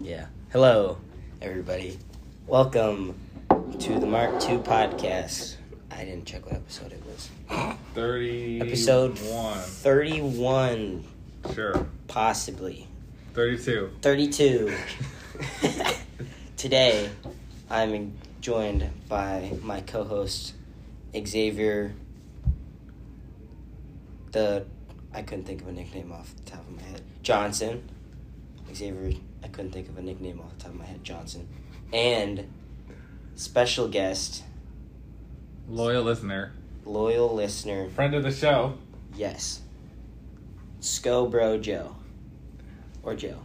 Yeah. Hello, everybody. Welcome to the Mark II podcast. I didn't check what episode it was. 30 Episode 1 31, sure possibly. 32 32. Today, I'm joined by my co host, Xavier. The. I couldn't think of a nickname off the top of my head. Johnson. Xavier, I couldn't think of a nickname off the top of my head. Johnson. And special guest, loyal listener loyal listener, friend of the show yes. Sco Bro Joe. Or Joe.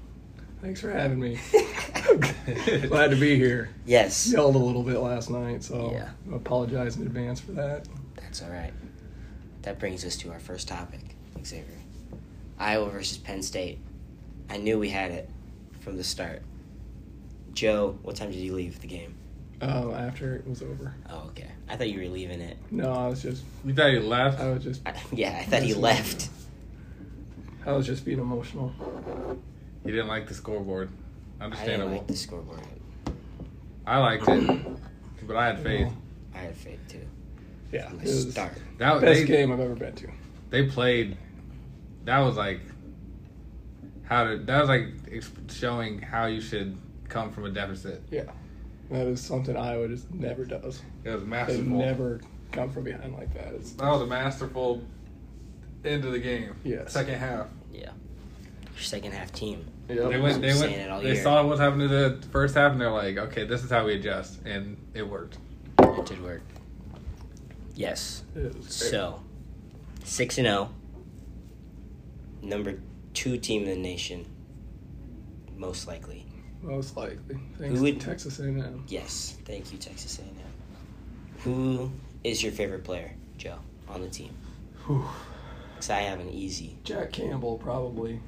Thanks for having me. Glad to be here. yes. Yelled a little bit last night, so Yeah. I apologize in advance for that. That's all right. That brings us to our first topic, Xavier. Iowa versus Penn State. I knew we had it from the start. Joe, what time did you leave the game? Um, after it was over, Oh, okay. I thought you were leaving it. no, I was just, you thought you left I was just, I, yeah, I thought you Yes. left. I was just being emotional. you didn't like the scoreboard I didn't understandable like the scoreboard. i liked it but i had faith I had faith too. Yeah, From it the was start. that best they, game I've ever been to. they played that was like how to that was like ex- showing how you should come from a deficit Yeah, that is something Iowa just never does. it was They masterful never come from behind like that. It's that was a masterful end of the game Yes. second half Yeah. Your second half team. They went. They Saying went. it all They year. saw what's happened to the first half, and they're like, "Okay, this is how we adjust," and it worked. It did work. Yes. It was great. So, six and zero. Number two team in the nation, most likely. most likely thanks Who to would- Texas A&M. Yes, thank you, Texas A&M. Who is your favorite player, Joe, on the team? Whew. Cause I have an easy. Jack Campbell probably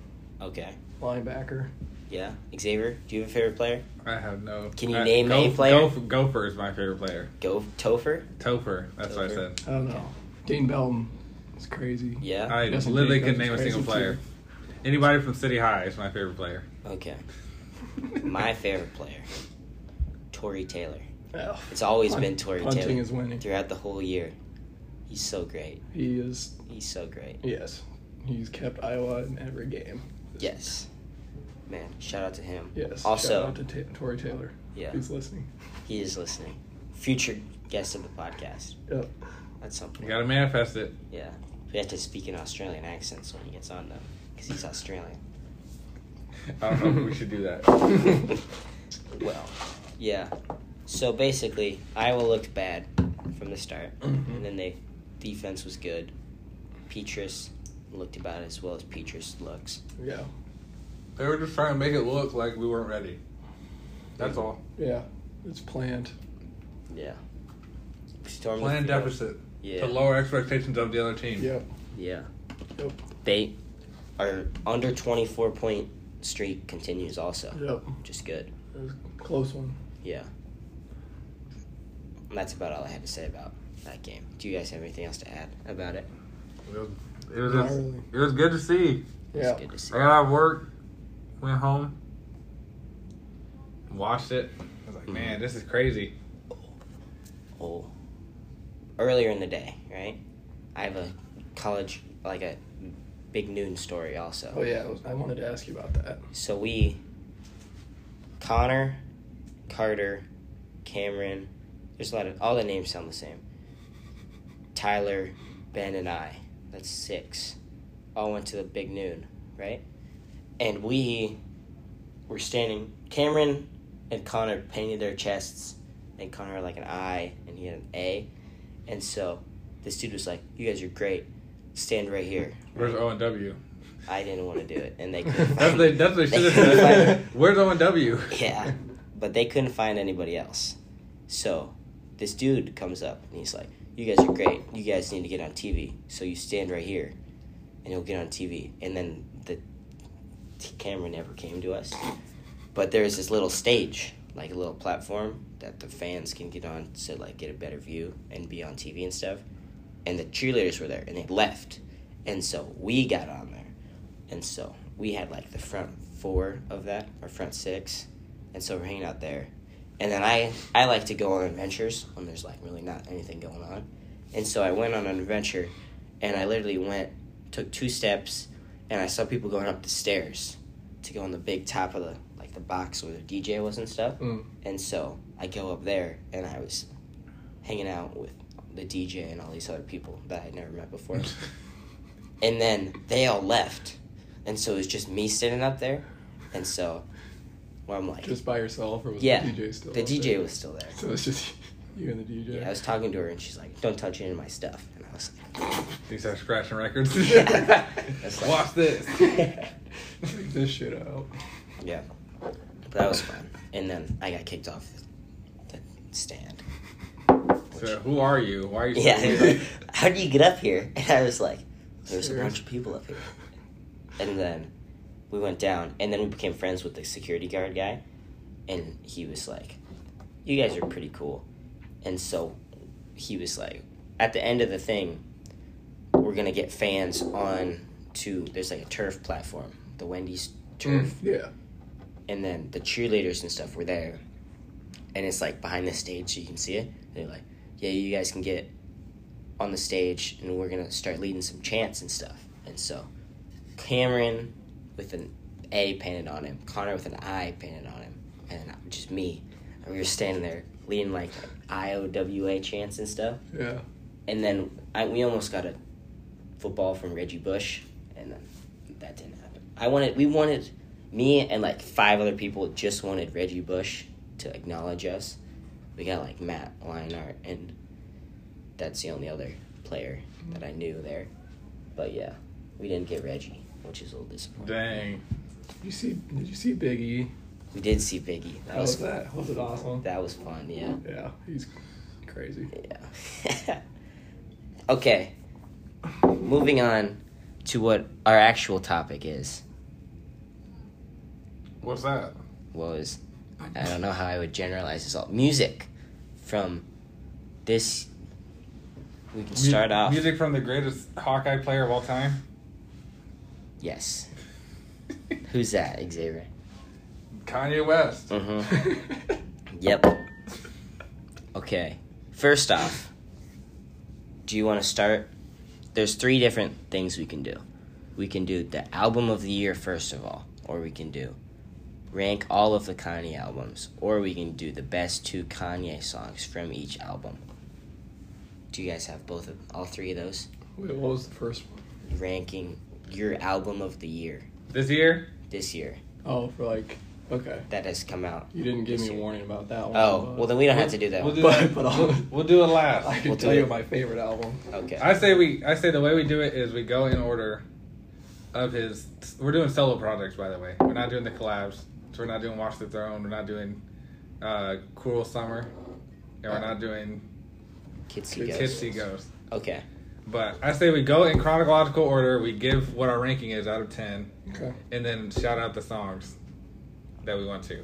Okay. linebacker. Yeah. Xavier, do you have a favorite player? I have no. Can you I- name Go- a player? Go, Gopher is my favorite player. Go Topher. Topher. That's what I Topher. said. I don't know. Dean Belton is crazy. Yeah. I Justin literally Jacobs couldn't name a is single crazy, player. Anybody from City High is my favorite player. Okay. My favorite player, Tory Taylor. Oh, It's always Punt- been Tory punting Taylor is winning. throughout the whole year. He's so great. He is He's so great. yes. He's kept Iowa in every game. Yes. Man, shout out to him. Yes. Also, shout out to Ta Tory Taylor. yeah, He's listening. he is listening. Future guest of the podcast Yep. at some You point. gotta manifest it. Yeah. We have to speak in Australian accents when he gets on, though, because he's Australian. I don't know if we should do that. Well, yeah. So basically, Iowa looked bad from the start, and then they defense was good. Petrus looked about as well as Petrus looks. Yeah. they were just trying to make it look like we weren't ready. That's all. Yeah. It's planned. Yeah. Storm Plan deficit Yeah. to lower expectations of the other team. Yep. Yeah. Yep. They are under 24 point streak continues also. Yep. Just good. It was a close one. Yeah. And that's about all I had to say about that game. Do you guys have anything else to add about it? It was. It was, Not just- really. it was good to see. Yeah. It's good to see. I got out of work, went home, watched it. I was like, man, this is crazy. Oh. Earlier in the day, right? I have a college, like a big noon story also. Oh yeah, I was- I wanted to ask you about that. So we, Connor, Carter, Cameron, there's a lot of, all the names sound the same. Tyler, Ben, and I, that's six, all went to the big noon, right? And we were standing, Cameron and Connor painted their chests, and Connor had like an I, and he had an A. And so this dude was like, You guys are great, stand right here. Where's O and W? I didn't want to do it, and they couldn't That's find what they, that's what they should have said. Where's O and W? Yeah, but they couldn't find anybody else. So this dude comes up and he's like, You guys are great. You guys need to get on TV. So you stand right here and he'll get on TV. And then the t- camera never came to us. But there's this little stage, like a little platform that the fans can get on to like get a better view and be on TV and stuff. And the cheerleaders were there and they left. And so we got on there. And so we had like the front four of that, or front six and so we're hanging out there. And then I I like to go on adventures when there's like really not anything going on, and so I went on an adventure, and I literally went took two steps, and I saw people going up the stairs to go on the big top of the like the box where the DJ was and stuff. Mm. And so I go up there and I was hanging out with the DJ and all these other people that I'd never met before. and then they all left. And so it was just me sitting up there. And so well, I'm like, Just by yourself, or was yeah, the DJ still? the up DJ there? was still there. So it's just you and the DJ. Yeah, I was talking to her and she's like, don't touch any of my stuff. And I was These start scratching records. Yeah. That's like- Watch this. like, Check this shit out. yeah. But that was fun. And then I got kicked off the, the stand. So who are you? Why are you? Yeah, they still were here? like, how do you get up here? And I was like, there's a Sure. bunch of people up here. And then we went down, and then we became friends with the security guard guy, and he was like, you guys are pretty cool. And so he was like, at the end of the thing, we're gonna get fans on to there's like a turf platform, the Wendy's turf Mm, yeah. and then the cheerleaders and stuff were there, and it's like behind the stage, so you can see it. They're like, "Yeah, you guys can get on the stage, and we're gonna start leading some chants and stuff." And so, Cameron with an A painted on him, Connor with an I painted on him, and then just me. And we were standing there leading like IOWA chants and stuff, Yeah. and then I, we almost got a football from Reggie Bush, and then that didn't happen. I wanted we wanted me and like five other people just wanted Reggie Bush to acknowledge us. We got like Matt Leinart, and that's the only other player that I knew there. But yeah, we didn't get Reggie, which is a little disappointing. Dang. Did you see? Did you see Biggie? We did see Biggie. That How was was that? Was it awesome? that was fun. Yeah. Yeah, he's crazy. Yeah. okay. Moving on to what our actual topic is. What's that? Was I don't know how I would generalize this all. Music from this. We can start Mu- off. Music from the greatest Hawkeye player of all time, Yes. Who's that, Xavier? Kanye West. Mm-hmm. Yep. Okay. First off, do you want to start? There's three different things we can do. We can do the album of the year first of all, or we can do rank all of the Kanye albums, or we can do the best two Kanye songs from each album. Do you guys have both of all three of those? Wait, what was the first one? Ranking your album of the year This year, this year Oh, for like, okay. that has come out. You didn't give this me a year. warning about that one. Oh, but- well then we don't have to do that. we'll One. do, But- but, but I'll- we'll do it I last. can We'll tell do you it. my favorite album. Okay. I say we. I say the way we do it is we go in order of his. We're doing solo projects, by the way. We're not doing the collabs. So we're not doing Watch the Throne. We're not doing uh, Cruel Summer. And we're not doing Kids See Kids Ghosts. Tipsy Ghost. Okay. But I say we go in chronological order. We give what our ranking is out of ten, Okay. and then shout out the songs that we want to.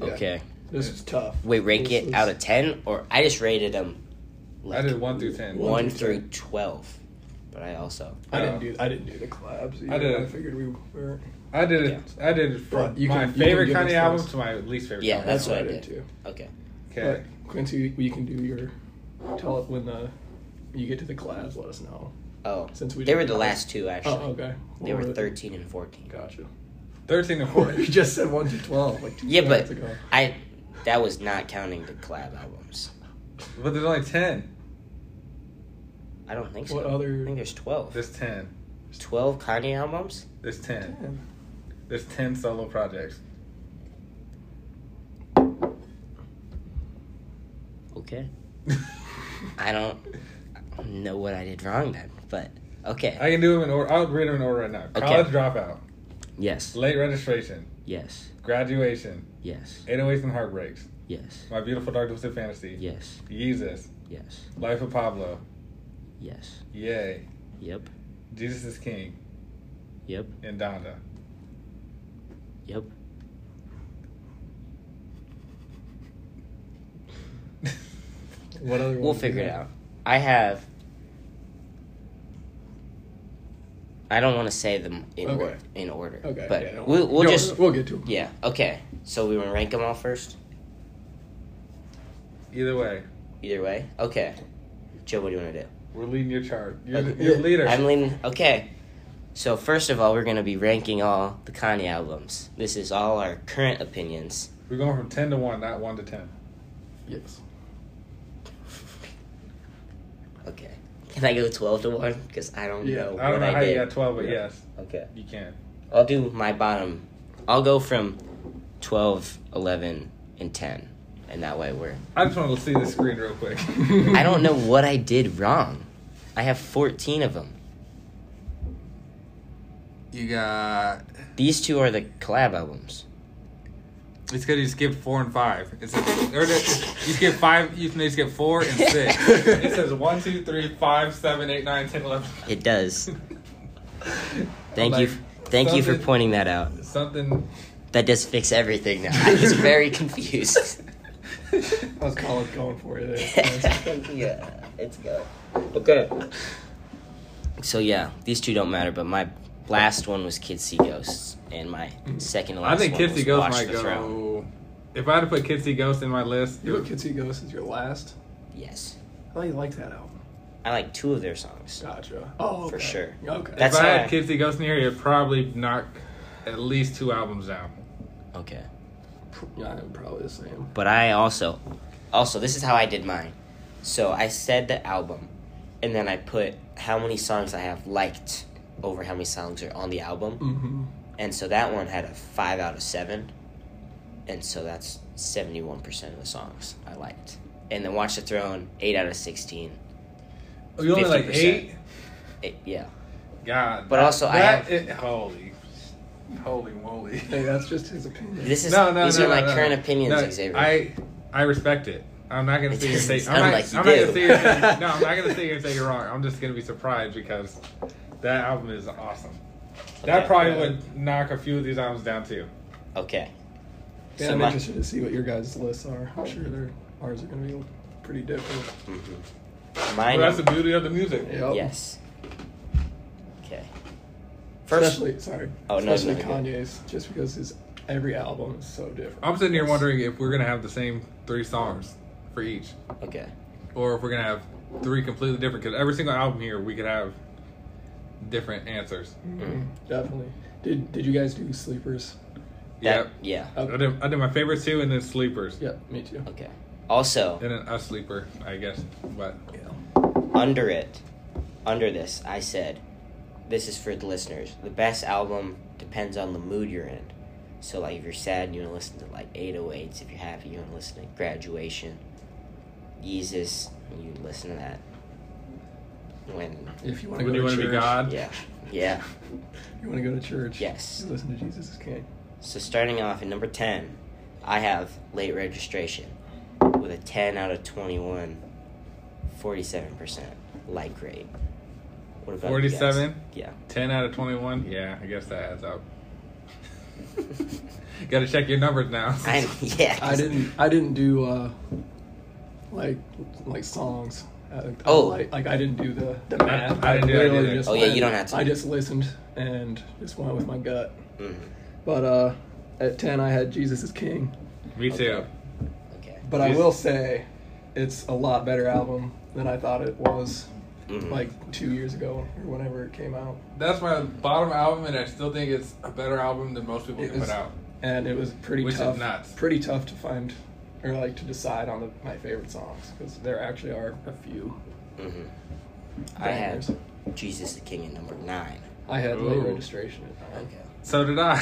Yeah. Okay. This is tough. Wait, rank This it is- out of ten, or I just rated them. I did one through ten. one, One through through twelve, but I also I didn't do. I didn't do the collabs. Either. did. I figured we were. I did it. I did it from But you my can- you favorite can give Kanye us album those. to my least favorite. Yeah, Kanye that's album. what I did. too. okay. okay. But Quincy, we can do your. Tell it when the you get to the collabs. Let us know. Oh, Since we they did were the the last two actually. Oh, okay. They were Well, thirteen and fourteen. Gotcha. Thirteen and Or four. you just said one to twelve. Like two Yeah, seconds but ago. I that was not counting the collab albums. But there's only ten. I don't think so. What other- I think there's twelve. There's ten. twelve Kanye albums. There's ten. Damn. There's ten solo projects. Okay. I don't know what I did wrong then, but okay. I can do them in order. I'll read them in order right now. Okay. College dropout, yes. late registration, Yes. graduation, Yes. 808s and heartbreaks, Yes. my beautiful dark twisted fantasy, Yes. Jesus, Yes. life of Pablo, Yes. yay, Yep. Jesus is king, Yep. and Donda. Yep. What other? We'll one do you figure it have? out. I have I don't want to say them in Okay. order. In order. Okay. But yeah, don't- we'll, we'll don't- just we'll get to 'em. yeah. Okay. So we want to rank them all first. Either way, Either way. Okay. Joe, what do you want to do? we're leading your chart. You're, the Okay. you're the leader. I'm leaning. Okay. So first of all, we're gonna be ranking all the Kanye albums. This is all our current opinions. we're going from ten to one, not one to ten. Yes. Okay. Can I go twelve to one? Because I don't Yeah, know I don't what know I how did. you got twelve, but Yeah. yes, Okay. you can. I'll do my bottom. I'll go from 12, 11, and 10. And that way we're. I just want to see the screen real quick. I don't know what I did wrong. I have 14 of them. You got. These two are the collab albums. It's because you skipped four and five. It's or the- you skip five. You can skip four and six. it says one, two, three, five, seven, eight, nine, ten, eleven. It does. Thank you. Thank you for something- pointing that out. Something. That does fix everything now. I was very confused. I was calling, going for you there. yeah, it's good. Okay. So yeah, these two don't matter, but my last one was Kids See Ghosts, and my second to I last think one Kitsy was Ghost Watch might the go. Throne. If I had to put Kitsy Ghost in my list, it you put would, Kitsy Ghost as your last. Yes, I thought you liked that album. I like two of their songs. Gotcha. Oh, For okay. sure. Okay. That's if I how I- had Kitsy Ghost in here, it'd probably knock at least two albums down. Okay, yeah, I'm probably the same. but I also, also this is how I did mine. So I said the album, and then I put how many songs I have liked over how many songs are on the album, Mm-hmm. and so that one had a five out of seven, and so that's seventy one percent of the songs I liked. And then Watch the Throne, eight out of sixteen. Oh, you only like 50%. eight? It, yeah, God. But that- also I that have- it- holy, holy moly. Hey, that's just his opinion. this is no, no, these no, are my no, no. current opinions, No, Xavier. I, I respect it. I'm not gonna It sit here and say doesn't I'm not, sound like you I'm not gonna do. sit here and say, no, I'm not gonna sit here and say you're wrong. I'm just gonna be surprised because that album is awesome. That Okay. probably would knock a few of these albums down too. okay. Yeah, So I'm my- interested to see what your guys' lists are. I'm sure their ours are going to be pretty different. Mine. But that's Oh. the beauty of the music. Yep. mm-hmm. Yes. Okay. First, especially sorry, Oh, no, especially no, no. Kanye's, just because his every album is so different. I'm sitting here wondering if we're gonna have the same three songs for each, okay. or if we're gonna have three completely different. Because every single album here, we could have different answers. Mm-hmm. Definitely. Did Did you guys do sleepers? That, Yep. Yeah. I did, I did my favorite two, and then sleepers, Yeah, me too. Okay. Also, and then a sleeper, I guess. But Yeah. under it, under this, I said, this is for the listeners. The best album depends on the mood you're in. So, like, if you're sad, you want to listen to, like, 808s. If you're happy, you want to listen to Graduation. Yeezus, you listen to that. When. If you want to would go you to want to be church, God? Yeah. Yeah. you want to go to church. Yes. You listen to Jesus is King. So starting off at number 10, I have late registration with a 10 out of 21, 47% like rate. What about you guys? 47? Yeah. 10 out of 21 yeah i guess that adds up gotta check your numbers now I, yeah. I didn't. I didn't do uh, like like songs. I, I Oh. like, like I didn't do the the math. I didn't do that literally either. just Oh, yeah, you went- don't have to. I just listened and just went with my gut. Mhm. But uh, at ten, I had Jesus is King. me too Okay. But I Jesus- will say, it's a lot better album than I thought it was Mhm. like two years ago or whenever it came out. that's my bottom album and i still think it's a better album than most people It can is- put out And it was pretty Which is tough. nuts. Pretty tough to find or like to decide on the, my favorite songs because there actually are a few. Mhm. I had bangers. Jesus the King at number 9. I had late Ooh. registration. At nine. Okay. so did i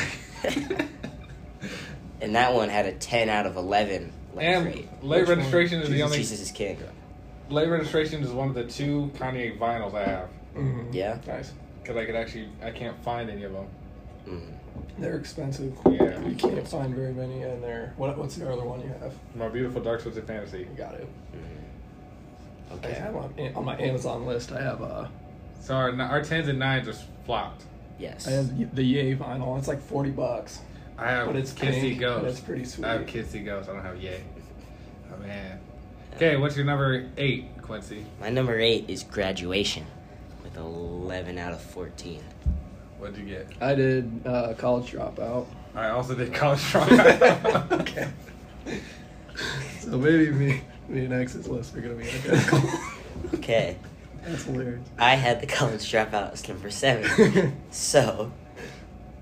And that one had a 10 out of 11 like and rate. late Which one? registration is the Jesus, only Jesus is King. late registration is one of the two kanye vinyls i have Mhm. Yeah? Nice. because i could actually i can't find any of them Mhm. They're expensive. Yeah. You can't find very many in there. What, what's the other one you have? my beautiful dark twisted fantasy You got it. Mm-hmm. Mhm. I Okay. have on, on my Amazon list. I have uh, so our, our 10s and 9s just flopped Yes. I have the Yay vinyl. It's like forty bucks. i have But it's kissy pink, and it's ghost pretty sweet. I have Kitsy Ghost. I don't have Yay. Oh man. Okay, what's your number eight, Quincy? My number eight is graduation with an 11 out of 14. What'd you get? I did uh, college dropout. I also did college dropout. okay. So maybe me, me and X's list are gonna be identical. Okay. That's hilarious. I had the college dropout as number seven. so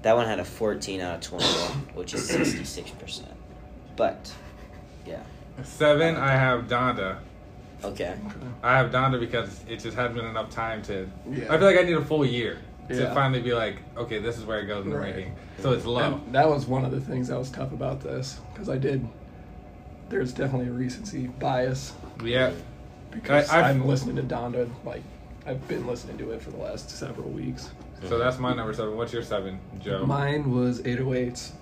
that one had a 14 out of 21, which is 66%. But, yeah. Seven, I have Donda. Okay. I have Donda because it just hadn't been enough time to. Yeah. I feel like I need a full year to Yeah. finally be like, okay, this is where it goes in the Right. ranking. So it's low. And that was one of the things that was tough about this because I did. There's definitely a recency bias yeah. because I- I, I've- am listening to Donda like I've been listening to it for the last several weeks. So that's my number seven. What's your seven, Joe? Mine was 808s,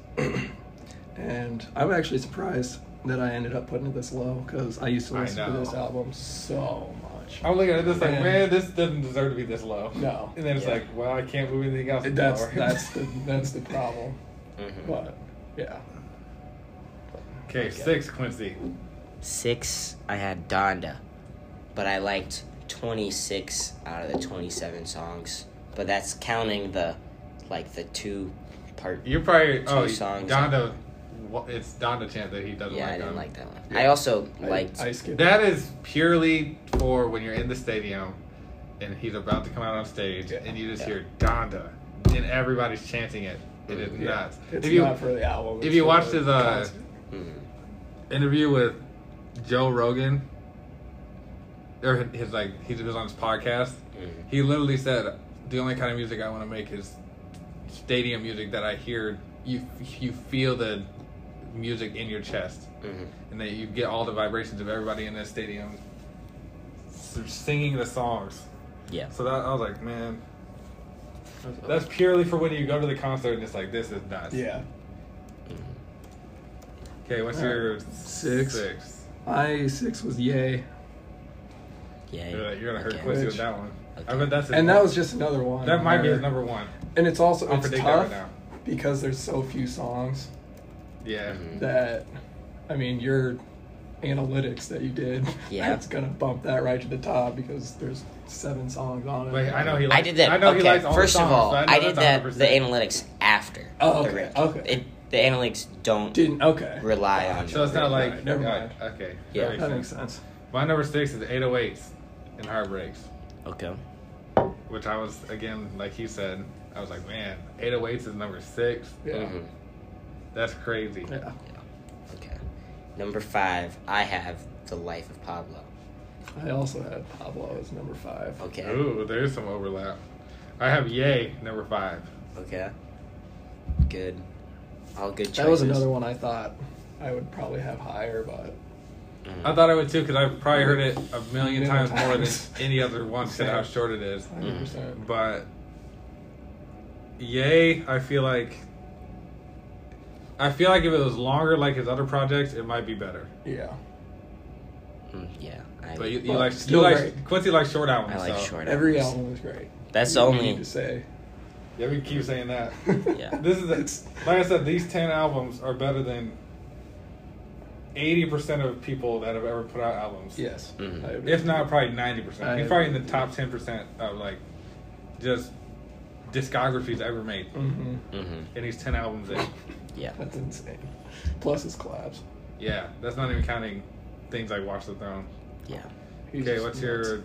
and I'm actually surprised that I ended up putting it this low because I used to I listen to know. this album so much. I'm looking at this like, Man. man, this doesn't deserve to be this low. No. And then it's Yeah. like, well, I can't move anything else. That's lower. that's the that's the problem. hmm But yeah, okay, six, Quincy. Six, I had Donda, but I liked 26 out of the 27 songs. But that's counting the, like, the two part. You're probably oh Two songs. Donda. wha- It's Donda chant that he doesn't yeah, like. I didn't Donda. like that one. Yeah. I also I- liked. I, skipped That is purely for when you're in the stadium and he's about to come out on stage Yeah. and you just Yeah. hear Donda and everybody's chanting it. It is Yeah. nuts. It's if you not for the album. if it's you for watch the his, uh, concert. mm, interview with Joe Rogan or his like he was on his podcast, Mhm. he literally said the only kind of music I want to make is stadium music that I hear you you feel the music in your chest mhm. and that you get all the vibrations of everybody in that stadium s- singing the songs. Yeah. So that I was like, man, that's purely for when you go to the concert and it's like this is nuts. yeah, Mm. Okay, what's All right. your Six. six? I six was yay, Yeah. You're, like, you're gonna hurt okay. Quincy with Which- that one. I Okay. bet that's his and that one. was just another one. that might be where- his number one. And it's also I'll it's predict tough that right now. because there's so few songs Yeah. Mhm. that, I mean, your analytics that you did, Yeah. that's gonna bump that right to the top because there's seven songs on it. Wait, I know he. Likes, I did that. I know okay. he likes all First the songs, of all, so I, know did that. that's The 100%. analytics after. Oh, the okay, rap. okay. It, the analytics don't didn't okay. rely on. So it's not like. Right, never mind. uh, okay. Yeah. That That makes makes sense. sense. My number six is 808s and heartbreaks, okay. which I was again like he said. I was like, man, 808s is number six. Yeah. Mhm. That's crazy. Yeah, Okay. Number five, I have the life of Pablo. I also had Pablo as number five. Okay. Ooh, there's some overlap. I have Yay number five. Okay. Good. All good choices. That was another one I thought I would probably have higher, but Mhm. I thought I would too because I've probably heard it a million Million times more than times. any other one because how short it is. Mm-hmm. 100%. but yay i feel like i feel like if it was longer like his other projects it might be better Yeah. Mm, yeah. I, but you, you Well, like you still like great. quincy likes short albums I like so. short. Every albums. album is great. That's You the don't only. need to say. yeah we keep saying that Yeah. this is a, like i said these 10 albums are better than 80% of people that have ever put out albums yes. Mhm. I agree. if not probably 90% I- he's probably in the top 10% of like just discographies ever made Mhm. hmm and he's 10 albums in Yeah. That's insane. Plus his collabs. Yeah, that's not even counting things like Watch the Throne. Yeah. He's okay, just what's nuts. your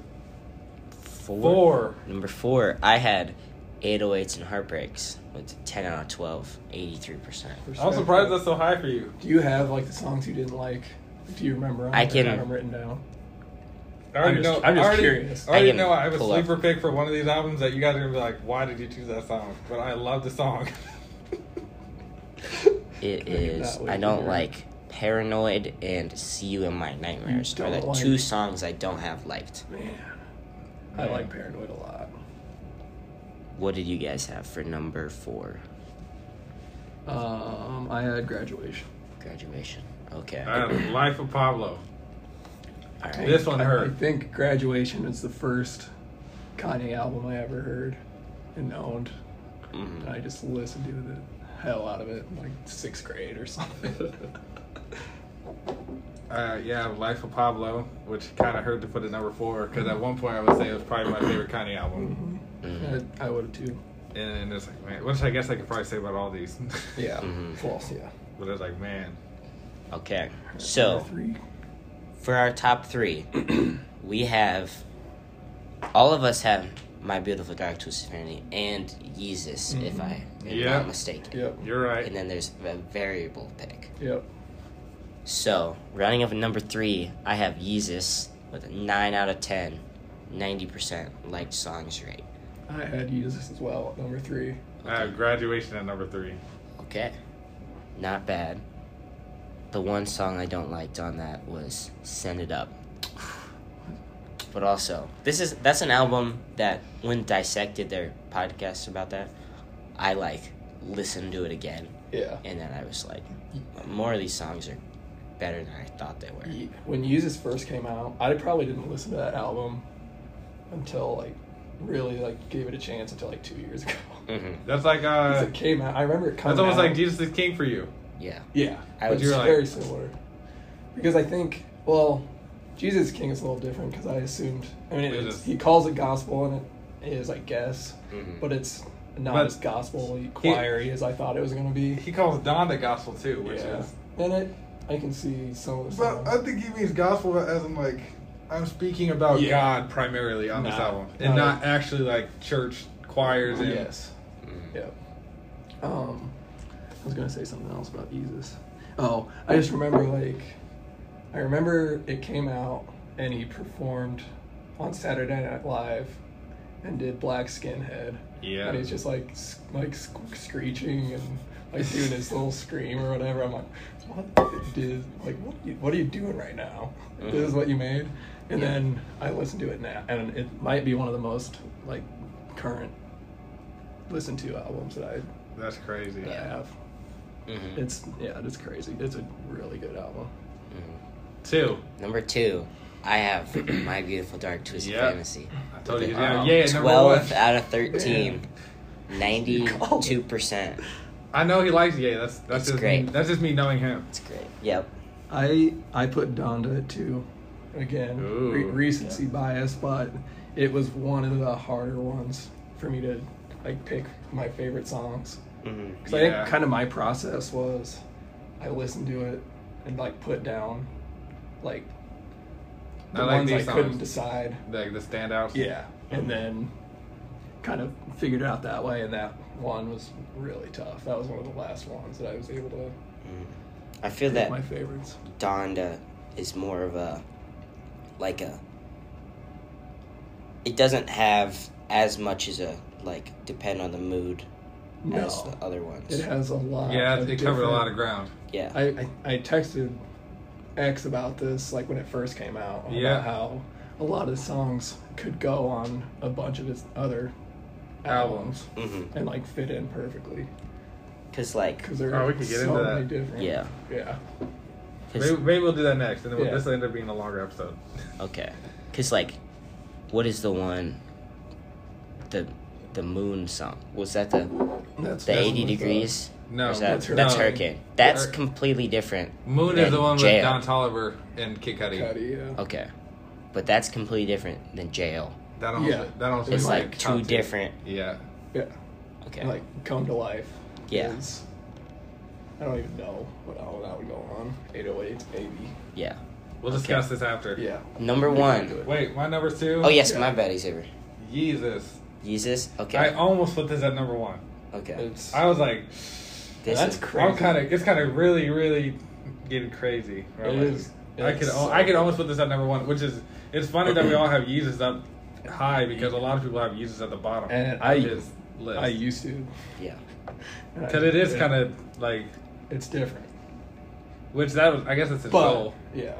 Four. four? Number four, I had 808s and heartbreaks with 10 out of 12, 83%. I'm surprised that's so high for you. Do you have like the songs you didn't like? Do you remember? them? I Like, can- have them written down. I already I'm just- know. I'm just I already, curious. I already I can know I have a pull up. sleeper pick for one of these albums that you guys are gonna be like, "Why did you choose that song?" But I love the song. It Can I get is, that way I don't here? like Paranoid and See You in My Nightmares You are the don't like- two songs I don't have liked. Man, Man. I like Paranoid a lot. What did you guys have for number four? Um, I had graduation. Graduation. Okay. I have Uh, Life of Pablo. All right. This one I- hurt. I think graduation is the first Kanye album I ever heard and owned. And Mhm. I just listened to the hell out of it, in, like sixth grade or something. Uh, yeah, I have Life of Pablo, which kind of hurt to put at number four because at one point I would say it was probably my favorite Kanye album. Mm-hmm. Mhm. I, I would have too. And it's like, man, which I guess I could probably say about all these. Yeah. Mhm. False, yeah. but it's like, man, Okay. So Number three. for our top three, we have all of us have My Beautiful Dark Twisted Fantasy and Yeezus, if I am Yeah. not mistaken. Yep. you're right. And then there's a variable pick. Yep. So, rounding up at number three, I have Yeezus with a 9 out of 10, 90% liked songs rate. I had Yeezus as well at number three. I have graduation at number three. Okay. Not bad. The one song I don't liked on that was Send It Up. But also, this is that's an album that when dissected their podcasts about that, I like listened to it again Yeah. and then I was like more of these songs are better than I thought they were. Ye- When Yeezus first came out, I probably didn't listen to that album until like really like gave it a chance until like two years ago. Mhm. That's like, 'Cause uh, it came out. I remember it coming. that's almost out. like Jesus is King for you. Yeah. Yeah, I it's would like- very similar. Because I think, well, Jesus King is a little different because I assumed. I mean, it, It it's, is. Mm-hmm. he calls it gospel, and it is, I guess, Mhm. but it's not But as gospel choiry as I thought it was going to be. He calls Don the gospel too, which Yeah, is. and it, I can see some of the But songs. I think he means gospel as in like I'm speaking about Yeah. God primarily on this Nah. album, and Nah. not actually like church choirs and yes, Mhm. yep. Um, I was going to say something else about Jesus. Oh, I just remember like, I remember it came out and he performed on Saturday Night Live and did Black Skinhead. yeah. And he's just like s- like sc- screeching and like doing his little scream or whatever. I'm like, what did like what you, what are you doing right now? This is what you made. And Yeah. then I listened to it now, and it might be one of the most like current listened to albums that I, That's crazy. that I have. Mhm. It's yeah, it's crazy. It's a really good album. Mhm. Two. Number 2, I have My Beautiful Dark Twisted Yeah. Fantasy. I told you. Wow. Yeah, yeah. Number 12 one. out of 13. 92%. I know he likes Yay. That's that's It's just great. Me, that's just me knowing him. That's great. Yep. I I put Don to it too. Again, re- Ooh. recency bias, but it was one of the harder ones for me to like pick my favorite songs. Mm-hmm. hmm Because I Yeah. think kind of my process was I listened to it and like put down like the I like ones these I couldn't songs. decide. Like the standouts. Yeah, and then kind of figured it out that way. And that one was really tough. That was one of the last ones that I was able to Mm-hmm. I feel pick that my favorites. Donda is more of a like a it doesn't have as much as a like depend on the mood as the No, other ones. it has Uh, a lot. Yeah, of it covered a different- lot of ground. yeah. I, I, I texted X about this like when it first came out about Yeah. how a lot of the songs could go on a bunch of his other Albums. albums Mhm. and like fit in perfectly Cause like because there Oh, are we could get so into many that. different yeah. yeah 'Cause- Maybe, maybe we'll do that next, and then we'll Yeah. this will end up being a longer episode. okay. Cause like what is the one the the moon song? Was that the that's the that's eighty what I degrees? No, Or is that, that's her- that's no. Hurricane. That's Hur- completely different. Moon is than the one with Jail. Don Tolliver and Kid thought. Cudi. Cuddy, yeah. Okay, but that's completely different than Jail. That almost, Yeah. that almost It's made like, my top two different. Yeah, yeah Okay. and, like come to life Yeah. is- I don't even know what album that would go on 808 maybe yeah. we'll Okay. discuss this after. yeah Number We can do one. it. Wait, my number two. Oh yes, Yeah. my bad, Xavier. Jesus. Jesus. Okay. I almost put this at number one. okay. it's I was like, This that's is- crazy I'm kind of. It's kind of really, really getting crazy. Right? It Like, is. I It's could. al so- I could almost put this at number one, which is. It's funny that we all have uses up high because a lot of people have uses at the bottom And of I- his list. I used to Yeah. and I- because it is Uh, yeah, kind of like, it's different which that was. I guess it's his but goal. yeah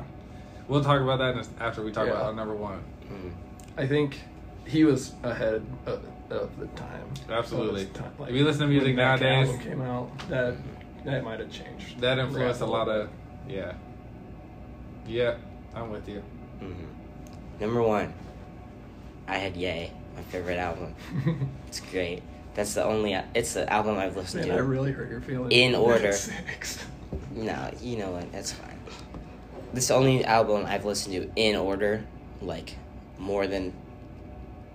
We'll talk about that in a- after we talk Yeah. about our number one. Mm. I think he was ahead of, of the time. Absolutely. Of his time. If you listen to music when that nowadays- album came out that that might have changed. That influenced a rap lot little of. Yeah. Yeah, I'm with you. Mhm. Number one. I had Yay, my favorite album. bit. It's great. That's the only. It's the album I've listened to. Man, I really hurt your feelings. In order. Six. No, you know what? That's fine. This is the only album I've listened to in order, like more than